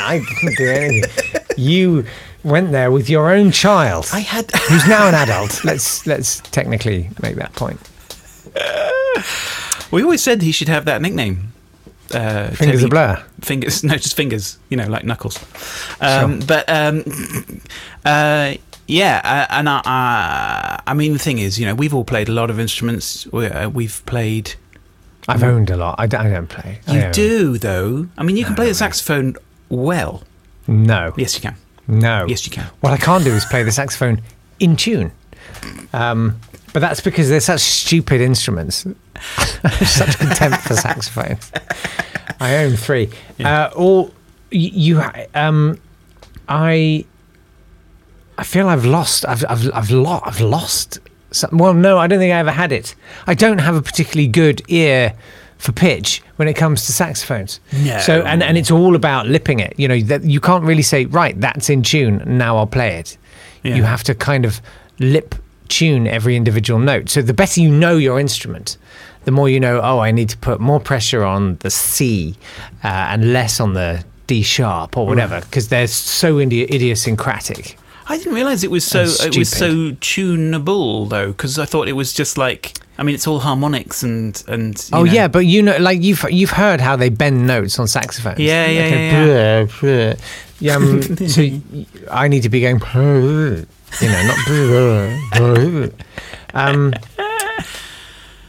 I didn't do anything. You went there with your own child. I
had
who's now an adult. Let's let's technically make that point.
we always said he should have that nickname. Uh,
Fingers
Teddy-
a blur.
Fingers, no, just fingers. You know, like knuckles. Um, But um, uh, yeah, uh, and I, I, I mean, the thing is, you know, we've all played a lot of instruments. We, uh, we've played.
I've owned a lot. I don't, I don't play. I
You
own-
do though. I mean, you can play the saxophone well.
No.
Yes, you can.
No.
Yes, you can.
What I can't do is play the saxophone in tune. Um, but that's because they're such stupid instruments. such contempt for saxophones. I own three. Uh, all y- you, ha- um, I, I feel I've lost. I've, I've, I've, lo- I've lost. Some, well, no, I don't think I ever had it. I don't have a particularly good ear for pitch when it comes to saxophones.
No.
So and and it's all about lipping it. You know that you can't really say right. That's in tune. Now I'll play it.
Yeah.
You have to kind of lip tune every individual note. So the better you know your instrument, the more you know. Oh, I need to put more pressure on the C uh, and less on the D sharp or whatever because they're so idi- idiosyncratic.
I didn't realize it was so
And
it was so
stupid.
tunable though, because I thought it was just like I mean, it's all harmonics and and you
oh
know.
yeah, but you know, like you've you've heard how they bend notes on saxophones.
Yeah,
They
yeah,
go,
yeah, yeah.
"Bleh, bleh." Yeah, um, so y- I need to be going, "Bleh," you know, not. "Bleh, bleh." um,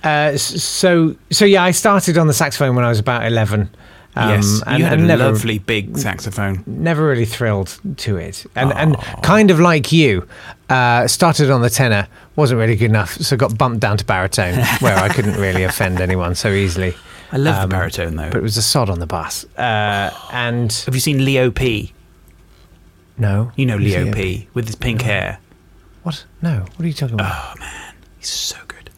uh, s- so so yeah, I started on the saxophone when I was about eleven. Um,
yes,
and,
you had
and
a
never,
lovely big saxophone.
never really thrilled to it, and and kind of like you, uh, started on the tenor, wasn't really good enough, so got bumped down to baritone, where I couldn't really offend anyone so easily. Um,
I love the baritone though.
But it was a sod on the bus, uh, and
Have you seen Leo P?
no,
You know
Who's
Leo,
Leo Uh-huh.
P, with his pink hair.
what? No, what are you talking about?
He's so good.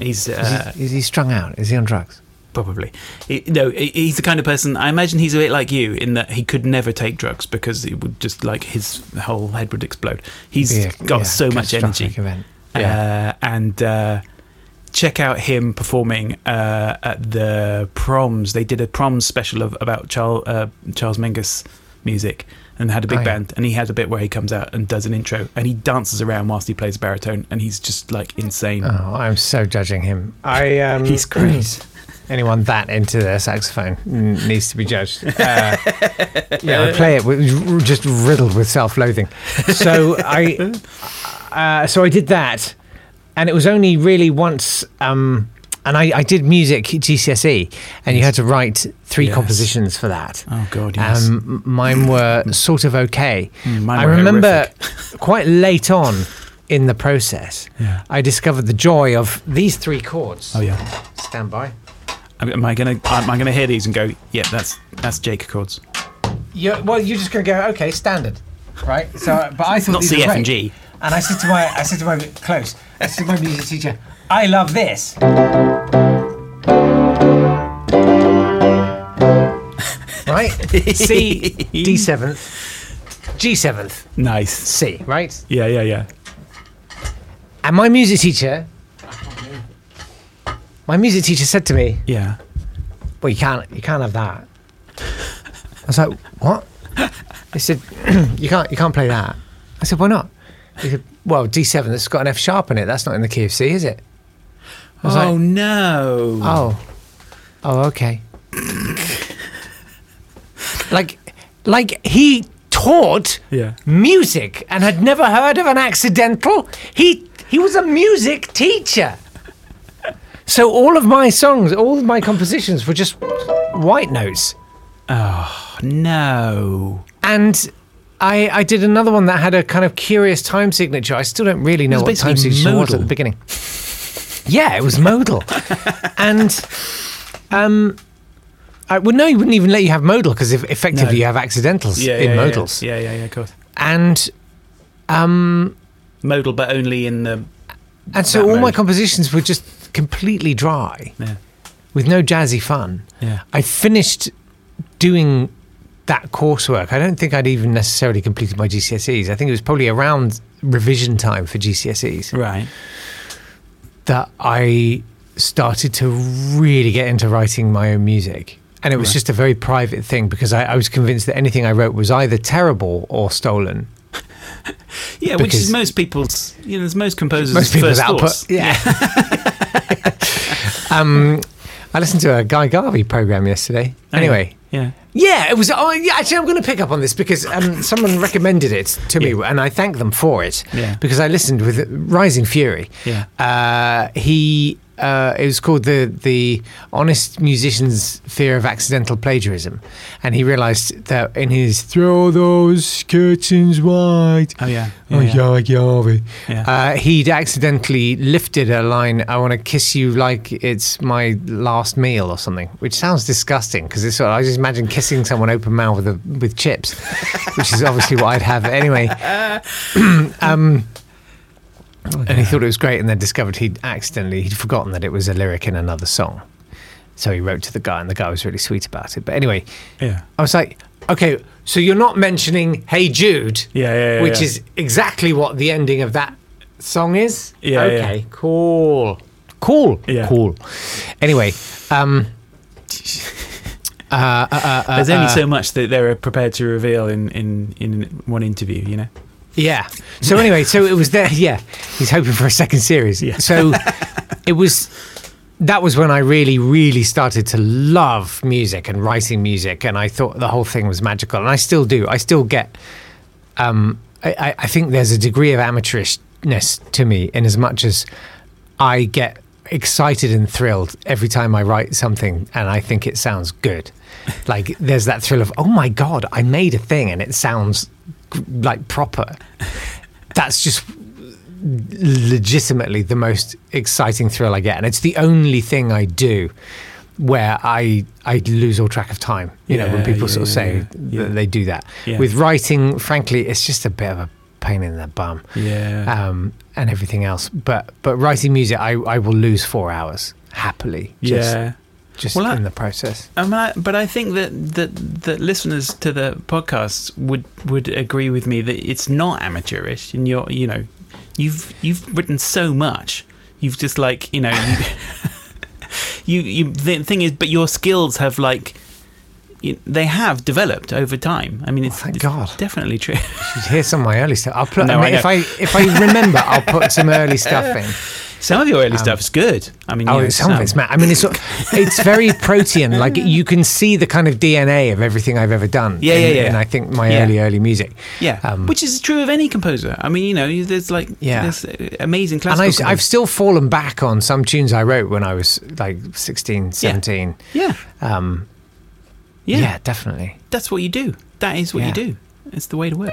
He's
Is,
uh,
he, is he strung out? Is he on drugs?
probably he, no. he- He's the kind of person. I imagine he's a bit like you in that he could never take drugs because it would just like his whole head would explode. He's
Be a-
got
yeah,
so much
catastrophic
energy.
Event.
uh, and uh, check out him performing uh, at the proms. They did a proms special of about Charles uh, Charles Mingus music and had a big
Oh, yeah.
band. And he has a bit where he comes out and does an intro and he dances around whilst he plays baritone and he's just like insane.
Oh, I'm so judging him. I um,
He's great.
Anyone that into their saxophone n- needs to be judged. Uh, yeah, I play it with, just riddled with self-loathing. So I, uh, so I did that, and it was only really once. Um, and I, I did music GCSE, E, and you had to write three
Yes.
compositions for that.
Oh, God, yes.
Um, mine were sort of okay.
Mm, mine
I
were
remember quite late on in the process, I discovered the joy of these three chords.
Oh yeah.
Stand by.
Am- Am I gonna am I gonna hear these and go? Yeah, that's that's Jake chords.
you well, you're just going to go, okay, standard, right? So, uh, but I thought
Not
these
C,
were
F, and
great.
G.
And I said to my, I said to my close, I said to my music teacher, I love this. right? C, D seventh, G seventh.
Nice.
C, right?
Yeah, yeah, yeah.
And my music teacher, my music teacher said to me,
"Yeah,
well, you can't, you can't have that." I was like, "What?" He said, "You can't, you can't play that." I said, "Why not?" He said, "Well, D seven. That's got an F sharp in it. That's not in the key of C, is it?" I was
Oh,
like,
no.
"Oh, oh, okay." like, like he taught
Yeah.
music and had never heard of an accidental. He he was a music teacher. So all of my songs, all of my compositions were just white notes.
Oh no.
And I I did another one that had a kind of curious time signature. I still don't really know
It was
what time
basically
signature was at the
modal.
beginning. Yeah, it was modal. and um I, well, no, he wouldn't even let you have modal because effectively you have accidentals in modals.
Yeah, yeah, yeah, of course.
And um
Modal, but only in the.
And so
that
all my
mode.
compositions were just completely dry,
Yeah.
with no jazzy fun.
Yeah.
I finished doing that coursework. I don't think I'd even necessarily completed my GCSEs. I think it was probably around revision time for GCSEs
Right.
that I started to really get into writing my own music. And it was
Right.
just a very private thing because I, I was convinced that anything I wrote was either terrible or stolen.
Yeah, which
Because-
is most people's. You know, it's most composers'
Most people's
first
output,
thoughts.
yeah. Um, I listened to a Guy Garvey program yesterday. Anyway,
Oh, Yeah.
Yeah, it was. Oh, yeah, actually, I'm going to pick up on this because um, someone recommended it to me, and I thank them for it
Yeah.
because I listened with rising fury.
Yeah.
Uh, he. Uh, it was called the the honest musician's fear of accidental plagiarism, and he realised that in his throw those curtains wide.
Oh yeah.
Oh, yeah, Garvey.
Yeah.
Uh, he'd accidentally lifted a line, I want to kiss you like it's my last meal or something, which sounds disgusting because it's sort of- I just imagine kissing someone open mouth with, a, with chips, which is obviously what I'd have anyway. um,
Oh,
and he thought it was great and then discovered he'd accidentally, he'd forgotten that it was a lyric in another song. So he wrote to the guy and the guy was really sweet about it. But anyway,
Yeah.
I was like, okay, so you're not mentioning Hey Jude,
Yeah, yeah, yeah,
which
yeah.
is exactly what the ending of that song is.
Yeah,
Okay,
yeah.
cool. Cool.
Yeah.
Cool. Anyway, um, uh, uh, uh, uh,
There's only
uh,
so much that they're prepared to reveal in, in, in one interview, you know?
Yeah. So anyway, so it was there. Yeah, he's hoping for a second series.
Yeah.
So it was. That was when I really, really started to love music and writing music, and I thought the whole thing was magical, and I still do. I still get. Um, I- I, I think there's a degree of amateurishness to me, in as much as I get excited and thrilled every time I write something, and I think it sounds good. like there's that thrill of, oh my god, I made a thing, and it sounds g- like proper that's just legitimately the most exciting thrill I get, and it's the only thing I do where I I lose all track of time. You know, when
Yeah,
people
yeah,
sort of
yeah,
say
yeah,
that they do that
Yeah.
with writing, frankly, it's just a bit of a pain in the bum.
Yeah.
Um, and everything else, but but writing music, I, I will lose four hours happily. Just,
yeah.
just
Well, I-
in the process.
Um, I, but I think that, that that listeners to the podcast would would agree with me that it's not amateurish. And you're you know, you've you've written so much. You've just like you know, you, you you the thing is, but your skills have like you, they have developed over time. I mean, it's,
Oh, thank
it's
God.
definitely true.
Here's some of my early stuff. I'll put
No, I
if
know.
I if I remember, I'll put some early stuff in. Um,
some of your early stuff is good. I mean,
Oh,
you know,
it's some of it's mad. I mean, it's sort- it's very protean. Like you can see the kind of DNA of everything I've ever done.
Yeah,
in-
yeah, yeah.
And I think my
Yeah.
early, early music.
Yeah,
Um,
which is true of any composer. I mean, you know, there's like
Yeah.
there's uh, amazing
and
classical.
I, I've
composers.
still fallen back on some tunes I wrote when I was like 16, 17.
yeah,
Um,
yeah,
yeah, definitely.
That's what you do. That is what
Yeah.
you do. It's the way to work.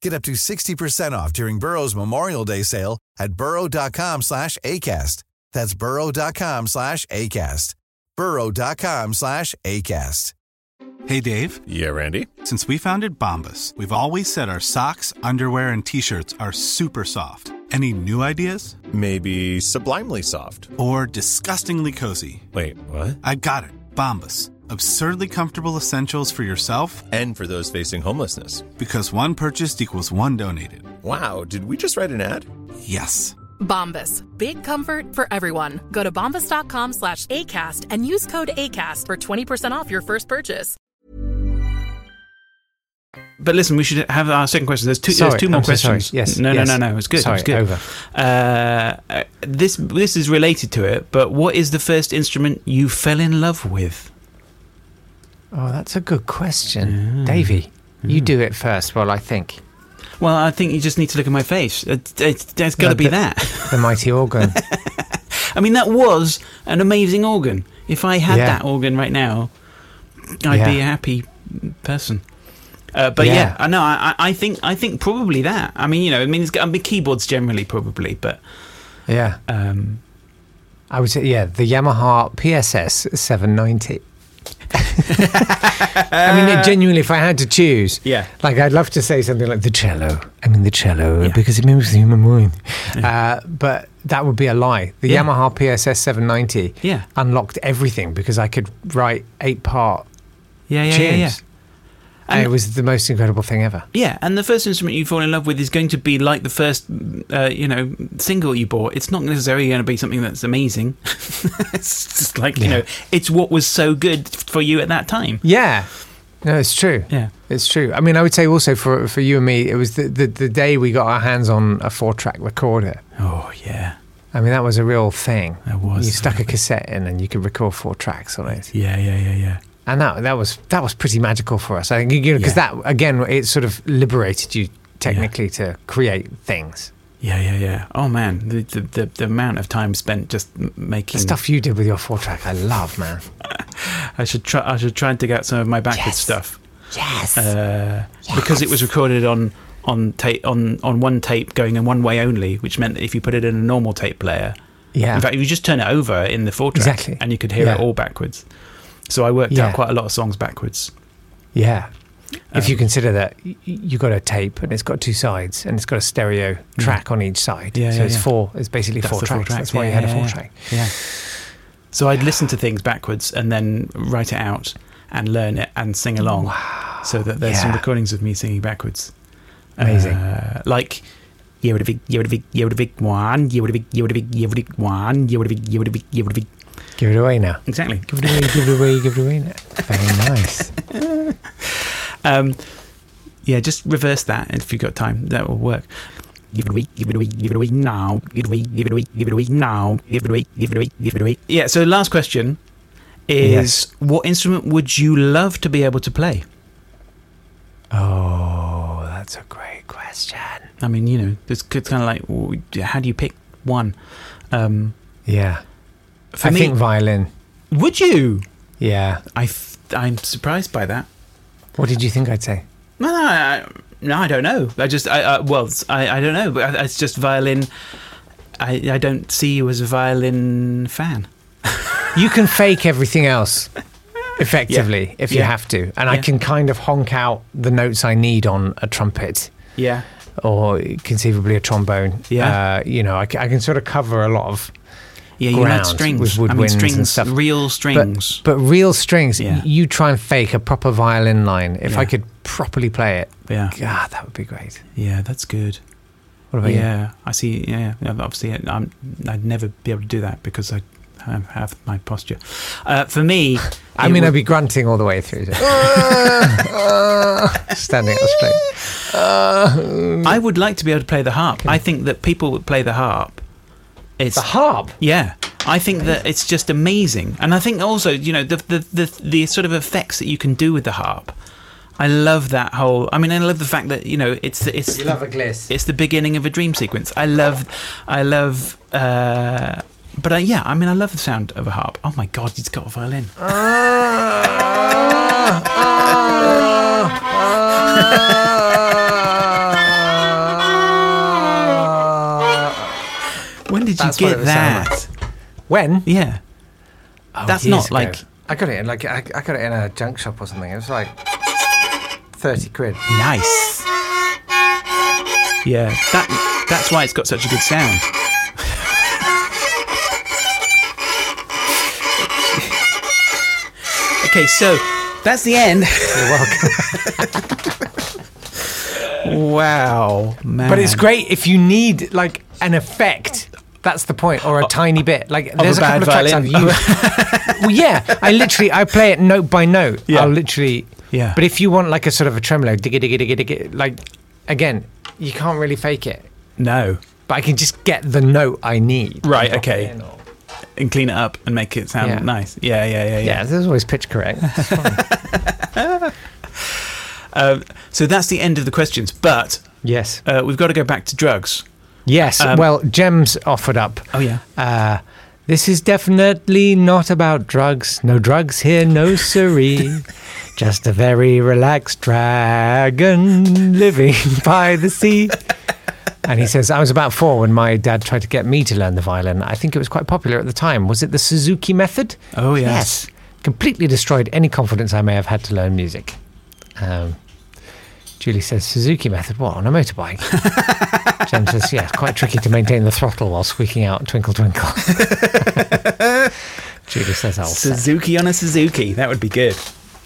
Get up to 60% off during Burrow's Memorial Day sale at burrow.com slash ACAST. That's burrow.com slash ACAST. burrow.com slash ACAST.
Hey, Dave.
Yeah, Randy.
Since we founded Bombus, we've always said our socks, underwear, and t shirts are super soft. Any new ideas?
Maybe sublimely soft.
Or disgustingly cozy.
Wait, what?
I got it. Bombus. Absurdly comfortable essentials for yourself
and for those facing homelessness.
Because one purchased equals one donated.
Wow, did we just write an ad?
Yes.
Bombas. Big comfort for everyone. Go to bombas.com slash ACAST and use code ACAST for 20% off your first purchase.
But listen, we should have our second question. There's two.
Sorry,
there's two more
I'm so sorry.
questions.
Yes,
No,
yes.
no, no, no. It's good.
Sorry,
it's good.
over.
Uh, uh, this this is related to it. But what is the first instrument you fell in love with?
Oh, that's a good question. Davy, you do it first while I think.
Well, I think you just need to look at my face. It, it, there's got to
The-
be
the-
that.
The mighty organ.
I mean, that was an amazing organ. If I had
Yeah.
that organ right now, I'd be a
Yeah.
happy person. Uh, but
Yeah.
yeah, I know. I, I I think I think probably that. I mean, you know, I mean, it's, I mean, keyboards generally probably, but
yeah.
Um,
I would say, yeah, the Yamaha PSS 790. I mean, no, genuinely, if I had to choose,
Yeah.
like I'd love to say something like the cello. I mean, the cello because it moves the human mind. Uh, but that would be a lie. The
Yeah.
Yamaha PSS 790
Yeah.
unlocked everything because I could write eight part
yeah, yeah,
tunes.
yeah, yeah.
And it
And-
was the most incredible thing ever.
Yeah, and the first instrument you fall in love with is going to be like the first, uh, you know, single you bought. It's not necessarily going to be something that's amazing. it's just like you
Yeah.
know, it's what was so good for you at that time.
Yeah. No, it's true.
Yeah.
It's true. I mean, I would say also for for you and me, it was the, the, the day we got our hands on a four track recorder.
Oh yeah,
I mean, that was a real thing.
That was.
You stuck a cassette in and you could record four tracks on it.
yeah, yeah, yeah, yeah.
And that that was that was pretty magical for us. I think you know because that again it sort of liberated you technically to create things.
Yeah, yeah, yeah. Oh man, the the, the, the amount of time spent just m- making
The stuff you did with your four track, I love, man.
I should try. I should try and dig out some of my backwards stuff.
Yes.
Uh, Because it was recorded on on tape on on one tape going in one way only, which meant that if you put it in a normal tape player,
Yeah.
In fact, you just turn it over in the four track,
Exactly.
and you could hear it
Yeah.
all backwards. So I worked
Yeah.
out quite a lot of songs backwards.
Yeah. If you
Um,
consider that y- y- you got a tape and it's got two sides and it's got a stereo track on each side,
Mm. Yeah,
so
yeah,
it's
yeah.
four. It's basically
That's
four
the four tracks,
tracks. That's why
yeah,
you had a
yeah,
four
yeah.
track.
Yeah. So I'd listen to things backwards and then write it out and learn it and sing along. So that there's some
Yeah.
recordings of me singing backwards.
Amazing.
Uh, like you would big, you would big, you would big one, you would big, you would big, you would big one, you would big, you would big, you would big.
Give it away now.
Exactly.
Give it away. give it away. Give it away now. Very nice.
Um, yeah, just reverse that if you've got time. That will work. Give it away, give it away, give it away now. Give it away, give it away, give it away now. Give it away, give it away, give it away. Yeah, so last question is
Yes.
what instrument would you love to be able to play?
Oh, that's a great question.
I mean, you know, it's, it's kind of like, w- how do you pick one? Um,
Yeah.
for
I
me,
think violin.
would you?
Yeah.
I f- I'm surprised by that.
What did you think I'd say?
No, no, I, no, I don't know. I just, I, I well, it's- I, I don't know. But I- it's just violin. I, I don't see you as a violin fan.
You can fake everything else effectively if you
Yeah.
have to, and I
Yeah.
can kind of honk out the notes I need on a trumpet.
Yeah.
or conceivably a trombone.
Yeah.
Uh, you know, I, c- I can sort of cover a lot of
Yeah, you
ground
had strings.
with woodwinds
I mean,
and
strings,
stuff.
real strings.
But, but real strings,
Yeah.
you try and fake a proper violin line. If I
Yeah.
could properly play it,
yeah,
God, that would be great.
Yeah, that's good.
What about you?
yeah, I see. Yeah, yeah, obviously, I'm, I'd never be able to do that because I have- have my posture. Uh, for me,
I
it
mean,
would-
I'd be grunting all the way through. standing up straight.
Uh, I would like to be able to play the harp. I think that people would play the harp. It's the
harp.
Yeah, I think that it's just amazing, and I think also you know the the the, the sort of effects that you can do with the harp. I love that whole. I mean, I love the fact that you know it's the- it's
You love a gliss.
It's the beginning of a dream sequence. I love, I love. Uh, but uh, yeah, I mean, I love the sound of a harp. Oh my god, he's got a violin. Ah. when did you
That's what
get
it would sound
that?
When?
Yeah.
Oh,
That's
years
not
ago.
like-
I got it in like I, I got it in a junk shop or something. It was like thirty quid.
Nice. Yeah, that that's why it's got such a good sound. okay, so that's the end. wow, man.
But it's great if you need like an effect. That's the point, or a tiny bit. Like
Uh, a
there's a,
bad
couple of tracks I've
violin.
used. well, yeah, I literally I play it note by note.
Yeah.
I'll literally.
Yeah.
But if you want like a sort of a tremolo, digga digga digga digga, like again, you can't really fake it.
No.
But I can just get the note I need.
Right,
Drop it
okay.
in or-
And clean it up and make it sound
Yeah.
nice. Yeah, yeah, yeah, yeah.
Yeah, there's always pitch correct. That's fine.
Uh, so that's the end of the questions. But
yes,
uh, we've got to go back to drugs.
Yes.
Um,
well, Gems offered up.
Oh, yeah.
Uh, this is definitely not about drugs. No drugs here, no siree. Just a very relaxed dragon living by the sea. And he says, I was about four when my dad tried to get me to learn the violin. I think it was quite popular at the time. Was it the Suzuki method?
Oh, yes.
Yes. Completely destroyed any confidence I may have had to learn music. Um, Julie says, Suzuki method, what, on a motorbike? Jen says, yeah, it's quite tricky to maintain the throttle while squeaking out Twinkle Twinkle. Julie says, I'll set.
Suzuki on a Suzuki. That would be good.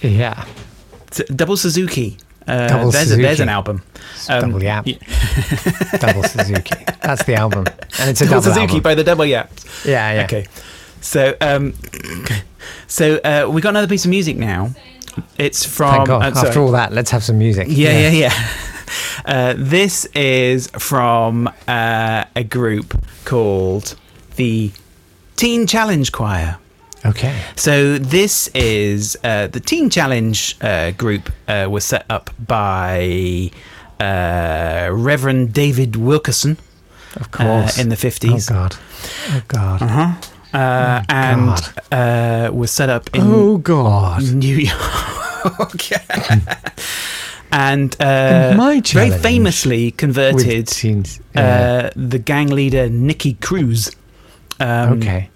Yeah.
S- Double Suzuki. Uh,
Double
there's, A, there's
Suzuki.
an album. Um,
double yap.
y-
Double Suzuki. That's the album. And it's a
double
double,
Suzuki
album.
by the Double Yaps.
Yeah, yeah.
Okay. So, um, so uh, we got another piece of music now. It's from.
Thank God.
uh, sorry.
After all that, let's have some music.
Yeah, yeah, yeah. Uh, this is from uh, a group called the Teen Challenge Choir.
Okay.
So this is uh, the Teen Challenge uh, group uh, was set up by uh, Reverend David Wilkerson. uh,
Of course.
in the fifties.
Oh, God. Oh, God.
Uh-huh. Uh, and uh, was set up in
Oh, God.
New York. okay. and uh,
And my
very
challenge
famously converted
with teens,
uh,
yeah.
the gang leader Nikki Cruz. Um,
Okay.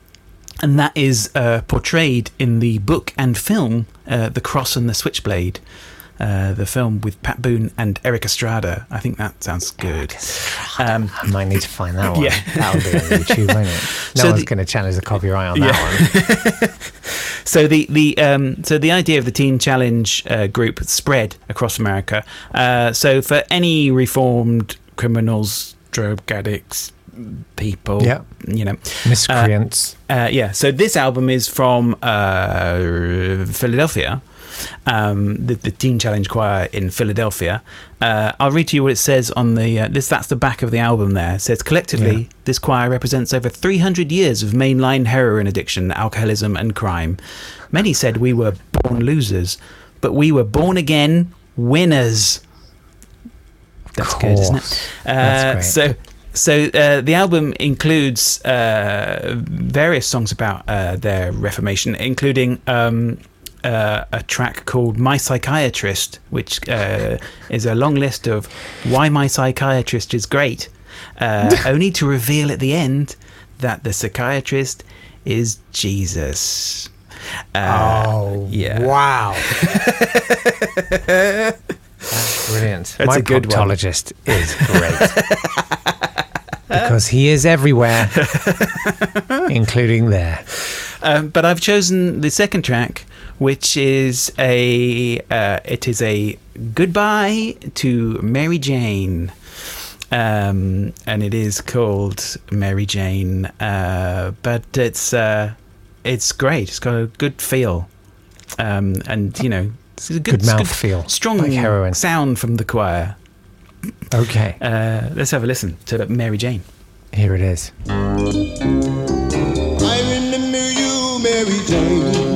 and that is uh, portrayed in the book and film uh, The Cross and the Switchblade, uh, the film with Pat Boone and Eric Estrada. I think that sounds good. Um,
I might need to find that one.
Yeah.
That'll be on YouTube, won't it? No
So
one's
the-
going to challenge the copyright on
Yeah.
that one.
so the the um, so the idea of the Teen Challenge uh, group spread across America. Uh, so for any reformed criminals, drug addicts, people,
Yeah.
you know,
Miscreants.
Uh, yeah, so this album is from uh, Philadelphia, um, the, the Teen Challenge Choir in Philadelphia. Uh, I'll read to you what it says on the uh, this. That's the back of the album. There it says collectively,
Yeah.
this choir represents over 300 years of mainline heroin addiction, alcoholism, and crime. Many said we were born losers, but we were born again winners. That's good, isn't it?
course.
Uh,
That's
So, so uh, the album includes uh, various songs about uh, their Reformation, including um, uh, a track called "My Psychiatrist," which uh, is a long list of why my psychiatrist is great, uh, only to reveal at the end that the psychiatrist is Jesus. Uh,
oh,
yeah.
Wow. That's brilliant.
Uh, That's
My
a good one.
proctologist is great. the because he is everywhere, including there.
Um, but I've chosen the second track, which is a uh, it is a goodbye to Mary Jane, um, and it is called Mary Jane. Uh, but it's uh, it's great. It's got a good feel, um, and you know, it's a good,
Good
it's
mouth feel,
strong
like heroin.
sound from the choir.
Okay,
uh, let's have a listen to Mary Jane.
Here it is.
I remember you, Mary Jane.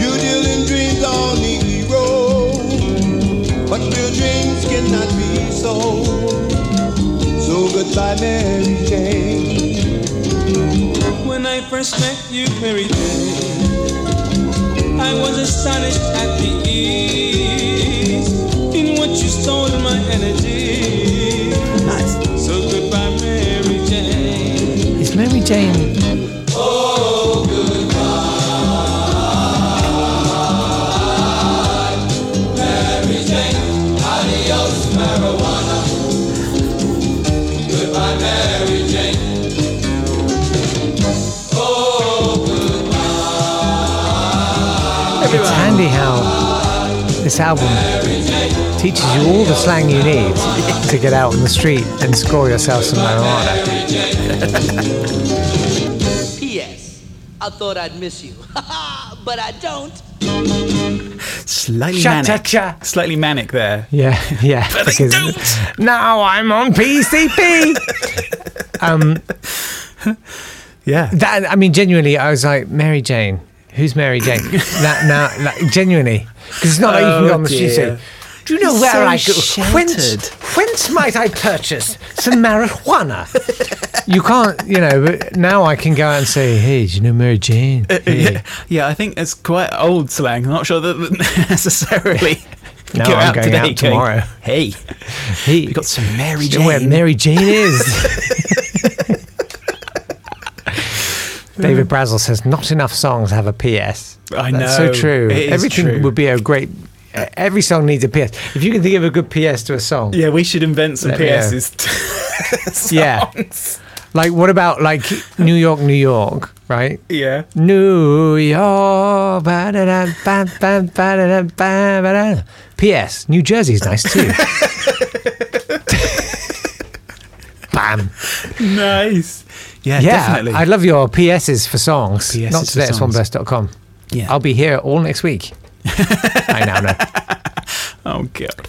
You deal in dreams on the road, but real dreams cannot be sold. So goodbye, Mary Jane.
When I first met you, Mary Jane, I was astonished at the ease in what you stole my energy. So goodbye, Mary Jane.
Is Mary Jane?
Oh, goodbye, Mary Jane. Adios, marijuana. Goodbye, Mary Jane. Oh,
It's handy how this album teaches you all the slang you need to get out on the street and score yourself some marijuana.
P.S. I thought I'd miss you, but I don't.
Slightly manic,
Cha-cha-cha.
slightly manic there.
Yeah, yeah. But because Now I'm on PCP. um,
yeah.
That I mean, genuinely, I was like Mary Jane. Who's Mary Jane? that now, like, genuinely, because it's not like you can
Oh,
go on the street.
dear.
and say, Do you know
He's
where
so
I could?
sheltered.
Whence, whence might I purchase some marijuana? you can't, you know. But now I can go out and say, "Hey, do you know Mary Jane?" Hey.
Uh, Yeah, yeah, I think it's quite old slang. I'm not sure that that necessarily.
No,
go
I'm
out
going
today
out
going,
tomorrow.
hey,
hey,
we got some Mary
Do you know where
Jane.
Mary Jane is. David Brazel says not enough songs have a PS.
I
That's so
know.
true.
It is
Everything
true.
would be a great. Every song needs a PS. If you can think of a good PS to a song,
yeah, we should invent some
Let me know.
PSs.
yeah. Like what about like New York, New York, right?
Yeah.
New York. ba-da-da, ba- ba- ba-da-da, ba-da-da. P.S. New Jersey's nice too. Bam.
nice. Yeah, definitely.
I love your PSs for songs.
PSs
not today
for
at
songs.
swanburst.com.
Yeah.
I'll be here all next week. I now know.
Oh god.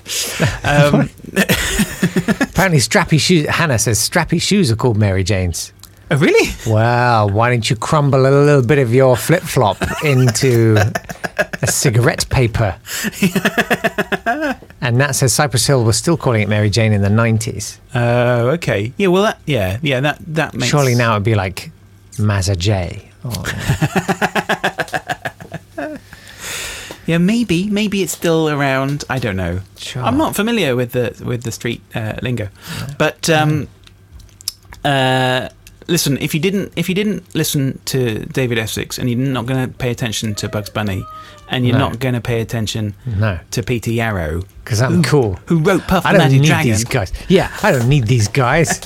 Um,
Apparently, strappy shoes. Hannah says strappy shoes are called Mary Jane's.
Oh, really?
Well, why don't you crumble a little bit of your flip flop into a cigarette paper? and that says Cypress Hill was still calling it Mary Jane in the 90s.
Oh, okay. Yeah, well, that, yeah, yeah, that that makes Oh.
Surely now it'd be like Mazza J. Or,
Yeah, maybe, maybe it's still around. I don't know.
Sure.
I'm not familiar with the with the street uh, lingo, but um, uh, listen. If you didn't, if you didn't listen to David Essex, and you're not going to pay attention to Bugs Bunny, and you're
No.
not going to pay attention
no,
to Peter Yarrow,
because I'm
who-
cool.
who wrote Puff
I
the
don't
Magic
need
Dragon,
these guys. Yeah, I don't need these guys.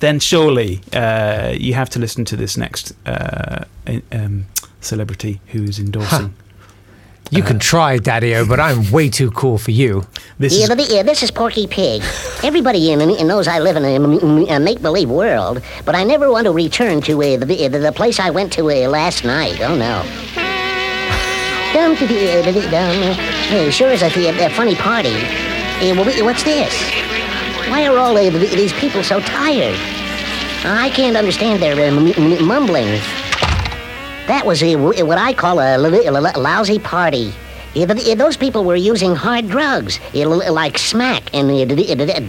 then surely uh, you have to listen to this next uh, in- um, celebrity who is endorsing.
You
Uh,
can try, Daddy O, but I'm way too cool for you.
yeah, but yeah, this is Porky Pig. Everybody in, in knows I live in a, make believe world, but I never want to return to uh, the, the, the place I went to uh, last night. Oh no. Dum to the dum. Hey, sure is a, a, a funny party. Eh, well, what's this? Why are all uh, th- these people so tired? I can't understand their uh, m- m- mumbling. That was a, what I call a, l- l- l- lousy party. Yeah, th- yeah, those people were using hard drugs, yeah, l- like smack and the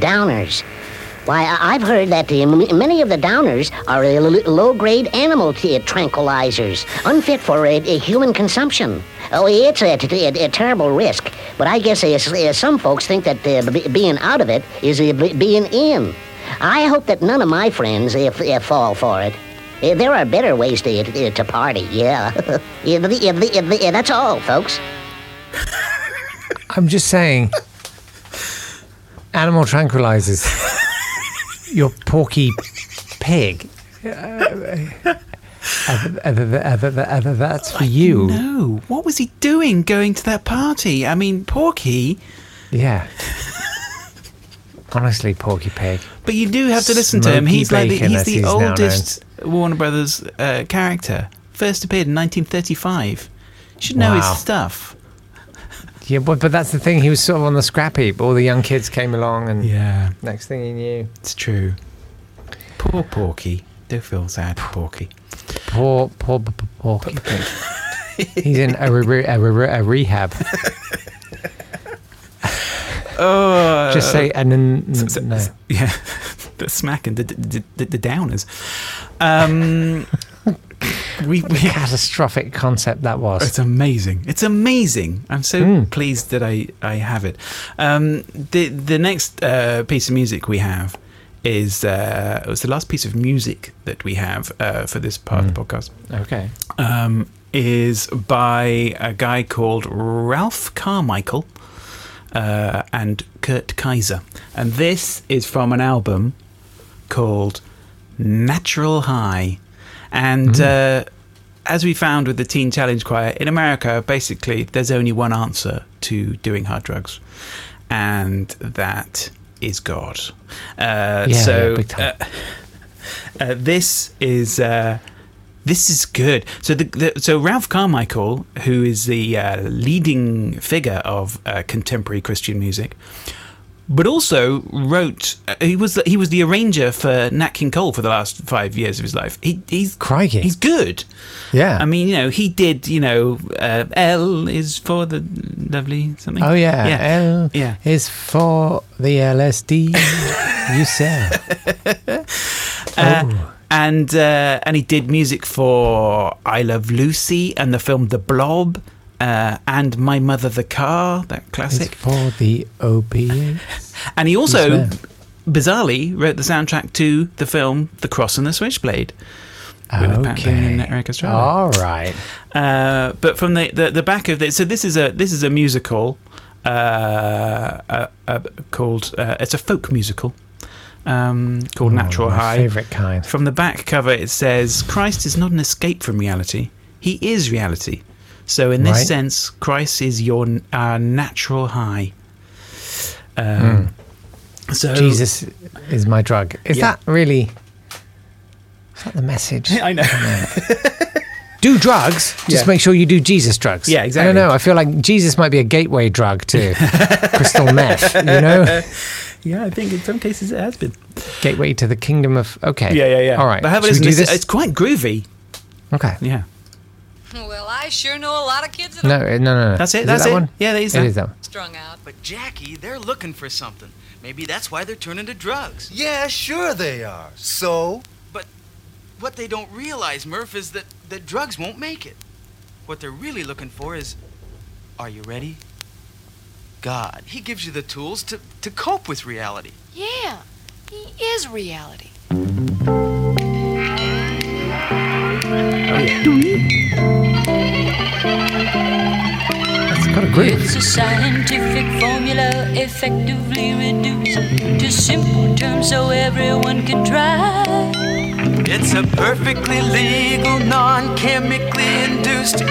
downers. Why, I- I've heard that uh, m- many of the downers are uh, l- low-grade animal t- uh, tranquilizers, unfit for uh, uh, human consumption. Oh, it's a, t- a- a terrible risk, but I guess uh, s- uh, some folks think that uh, b- being out of it is uh, b- being in. I hope that none of my friends if, if fall for it. Uh, There are better ways to, uh, to party, yeah. Yeah, th- yeah, th- yeah, th- yeah, That's all, folks.
I'm just saying, animal tranquilizers. your porky pig. Uh, uh, uh, uh, uh, uh, uh, that's for you.
No, what was he doing going to that party? I mean, Porky.
Yeah. Honestly, Porky Pig.
But you do have to listen to him.
Smokey
He's like the,
Bacon,
he's
as
the
he's now known.
oldest Warner Brothers uh, character. First appeared in 1935. Should know
Wow.
his stuff.
Yeah, but, but that's the thing. He was sort of on the scrap heap. All the young kids came along, and
yeah,
next thing he knew,
it's true. Poor Porky. Do feel sad, for Porky.
Poor, poor, p- p- Porky Pig. He's in a, re- re- a, re- re- a rehab.
Oh,
Just say and then mm,
S- s-
no.
s- yeah, the smack and the, the, the, the downers. Um, we, we
catastrophic concept that was. Hmm.
It's amazing. It's amazing. I'm so pleased that I, I have it. Um, the the next uh, piece of music we have is uh, it's the last piece of music that we have uh, for this part of
Hmm.
the podcast.
Okay.
Um, is by a guy called Ralph Carmichael uh, and Kurt Kaiser. And this is from an album called Natural High. And
Hmm.
uh, as we found with the Teen Challenge Choir, in America, basically, there's only one answer to doing hard drugs, and that is God. Uh,
Yeah,
so,
yeah, big time.
uh, uh, this is uh, this is good. So the, the so Ralph Carmichael, who is the uh, leading figure of uh, contemporary Christian music, but also wrote uh, he was the, he was the arranger for Nat King Cole for the last five years of his life. He, he's
crikey,
he's good.
Yeah.
I mean, you know, he did. You know, uh, L is for the lovely something.
Oh yeah,
yeah.
L
Yeah.
is for the LSD you sell.
Uh, and uh, and he did music for I Love Lucy and the film The Blob uh, and My Mother the Car, that
It's
classic.
for the opiates.
And he also,
Yes,
bizarrely, wrote the soundtrack to the film The Cross and the Switchblade. With Pat Boone and
Okay.
Eric Estrada.
All right.
Uh, but from the, the the back of this, so this is a this is a musical uh, uh, uh, called uh, it's a folk musical um, called Natural
Oh, my
High.
favourite kind.
From the back cover, it says Christ is not an escape from reality; He is reality. So in this
Right.
sense, Christ is your n- our natural high.
Mm.
Um, So
Hmm. Jesus is my drug. Is
Yeah.
that really? Is that the message? I
know.
do drugs. Just
Yeah.
make sure you do Jesus drugs.
Yeah,
I
exactly.
don't know. I feel like Jesus might be a gateway drug to crystal meth. You know,
Uh, yeah, I think in some cases it has been.
gateway to the kingdom of. Okay.
Yeah, yeah, yeah.
All right.
But have a
Should we
listen.
do
It's,
this?
it's quite groovy.
Okay.
Yeah.
Well, I sure know a lot of kids
No, uh, no, no, no.
That's it,
Is
that's
that
it.
One?
Yeah, that is
It
that.
is that one.
strung out.
But Jackie, they're looking for something. Maybe that's why they're turning to drugs. Yeah, sure they are. So? But what they don't realize, Murph, is that, that drugs won't make it. What they're really looking for is are you ready? God. He gives you the tools to, to cope with reality.
Yeah, he is reality.
It's got a groove.
It's a scientific formula effectively reduced to simple terms so everyone can try.
It's a perfectly legal, non chemically induced,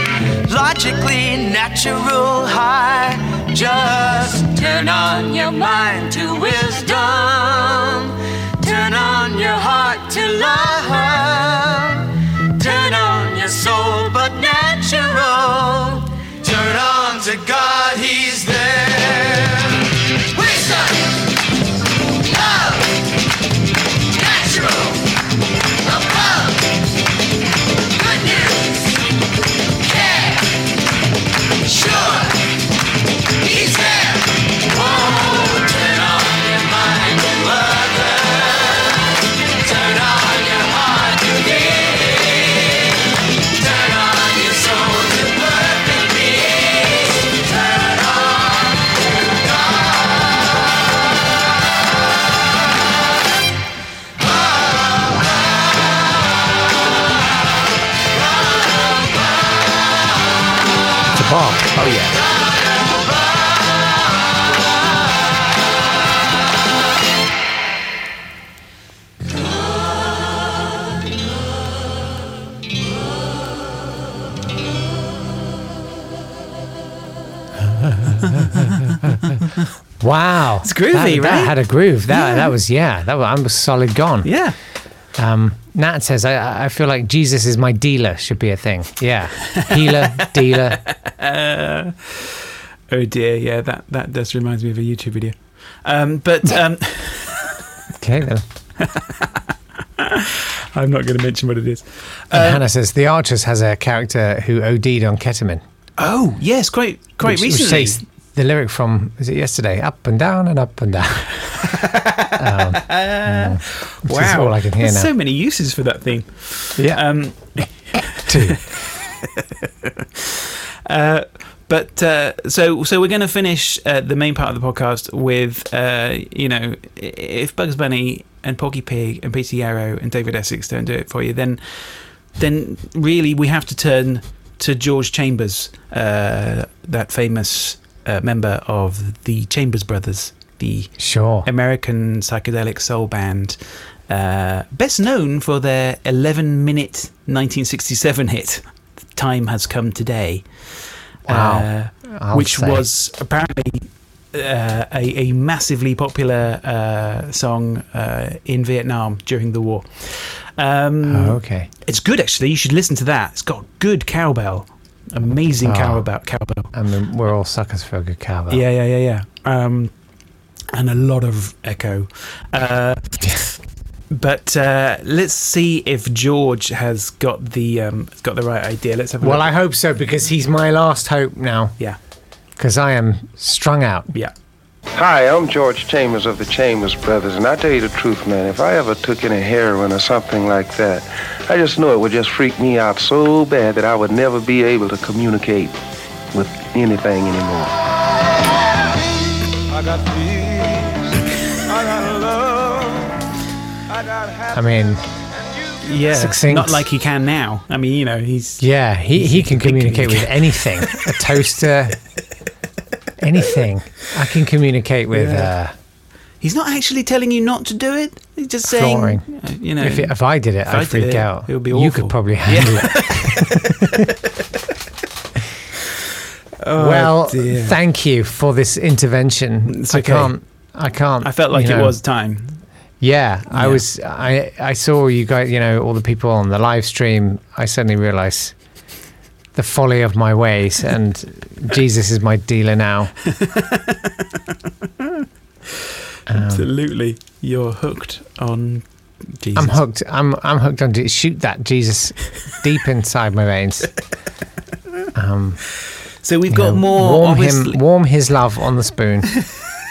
logically natural high. Just turn on your mind to wisdom, turn on your heart to love, turn on your soul, but natural. Turn on to God, He's there. Wisdom, love, natural. Turn on
Oh, Wow,
It's groovy,
that,
right?
That had a groove. That
Yeah.
that was yeah. That was, I was solid gone.
Yeah.
Um, Nat says I I feel like Jesus is my dealer should be a thing. Yeah, healer, dealer.
Uh, oh dear, yeah, that that just reminds me of a YouTube video. Um, but um,
okay, then.
I'm not going to mention what it is. Um,
And Hannah says the Archers has a character who OD'd on ketamine.
Oh yes, quite quite
which, Which
recently.
takes the lyric from is it yesterday? Up and down and up and down. um, mm, which is all I can
Uh,
hear
There's
now.
so many uses for that theme.
Yeah.
Um, Two. uh, but uh, so so we're going to finish uh, the main part of the podcast with uh, you know i- if Bugs Bunny and Porky Pig and Peter Yarrow and David Essex don't do it for you then then really we have to turn to George Chambers uh, that famous uh, member of the Chambers Brothers the
sure
American psychedelic soul band uh, best known for their 11 minute 1967 hit Time Has Come Today. uh,
Wow. I'll
which
say.
was apparently uh, a, a massively popular uh, song uh, in Vietnam during the war. Um,
Oh, okay.
It's good, actually. You should listen to that. It's got good cowbell. Amazing
Oh.
cowbell. cowbell.
I mean, we're all suckers for a good cowbell.
Yeah, yeah, yeah, yeah. Um, and a lot of echo. Uh, but uh, let's see if George has got the um, has got the right idea. Let's have a
Well,
look.
I hope so because he's my last hope now.
Yeah.
Because I am strung out.
Yeah.
Hi, I'm George Chambers of the Chambers Brothers, and I tell you the truth, man, if I ever took any heroin or something like that, I just know it would just freak me out so bad that I would never be able to communicate with anything anymore.
I got peace. I got love.
I mean,
yeah,
succinct.
not like he can now. I mean, you know, he's
yeah, he, he can communicate with
communicator.
anything a toaster, anything. I can communicate with.
Yeah.
Uh,
he's not actually telling you not to do it. He's just saying,
Flooring.
uh, you know,
if, it- if I did it,
if
I'd
did
freak
it,
out.
It would be awful.
You could probably handle it.
Oh,
well,
dear.
thank you for this intervention.
It's
I
okay.
can't. I can't.
I felt like
you
it
know-
was time.
Yeah, I
Yeah.
was. I I saw you guys. You know, all the people on the live stream. I suddenly realised the folly of my ways, and Jesus is my dealer now.
Absolutely, you're hooked on Jesus.
Um, I'm hooked. I'm I'm hooked on. Je- Shoot that Jesus deep inside my veins. Um,
so we've
you
got more,
Warm
obviously.
him. Warm his love on the spoon.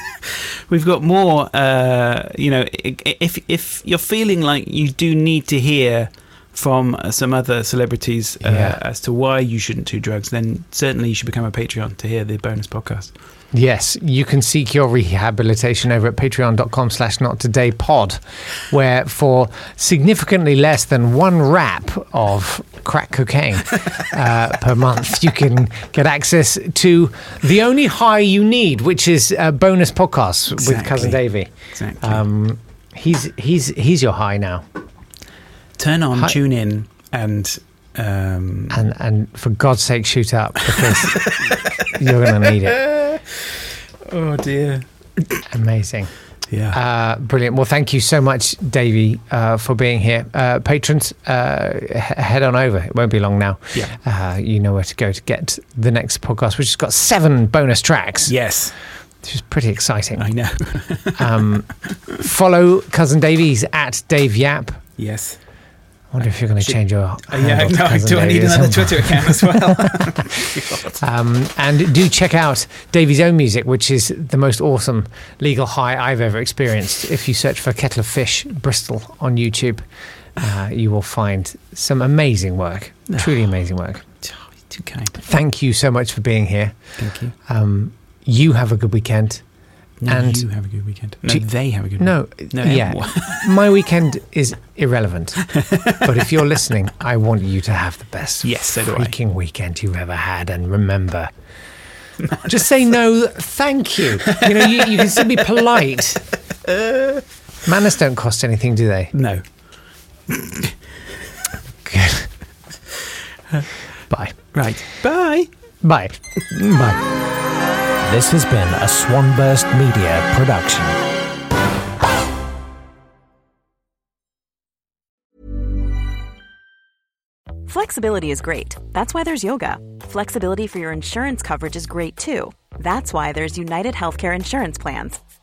We've got more. Uh, you know, i- i- if if you're feeling like you do need to hear from uh, some other celebrities uh,
Yeah.
as to why you shouldn't do drugs, then certainly you should become a Patreon to hear the bonus podcast.
Yes, you can seek your rehabilitation over at patreon.com slash not today pod, where for significantly less than one wrap of crack cocaine uh, per month, you can get access to the only high you need, which is uh, bonus podcasts with
Exactly.
Cousin Davey.
Exactly.
Um, he's, he's, he's your high now.
Turn on,
Hi-
tune in, and um,
And, and for God's sake, shoot up because you're going to need it.
Uh, oh dear.
Amazing.
Yeah.
Uh, brilliant. Well, thank you so much, Davey, uh, for being here. Uh, patrons, uh, he- head on over. It won't be long now.
Yeah.
Uh, you know where to go to get the next podcast, which has got seven bonus tracks.
Yes.
Which is pretty exciting. I
know.
um, follow Cousin Davies at Dave Yap.
Yes.
I wonder if you're going to
Should-
change your.
Uh, yeah,
handle to
no,
Cousin
do I need
Davey or
another
something?
Twitter account as well?
Um, and do check out Davey's own music, which is the most awesome legal high I've ever experienced. If you search for Kettle of Fish Bristol on YouTube, uh, you will find some amazing work, truly amazing work.
Ah, Too kind.
Thank you so much for being here.
Thank you.
Um, you have a good weekend.
No,
and
you have a good weekend. No,
Do-
they have a good
no,
weekend. No,
yeah.
everyone.
My weekend is irrelevant, but if you're listening, I want you to have the best
Yes, so do I.
freaking weekend you've ever had, and remember, just say no, thank you. You know, you, you can still be polite. Manners don't cost anything, do they?
No.
Bye.
Right. Bye.
Bye. Bye.
This has been a Swanburst Media production.
Flexibility is great. That's why there's yoga. Flexibility for your insurance coverage is great too. That's why there's United Healthcare Insurance Plans.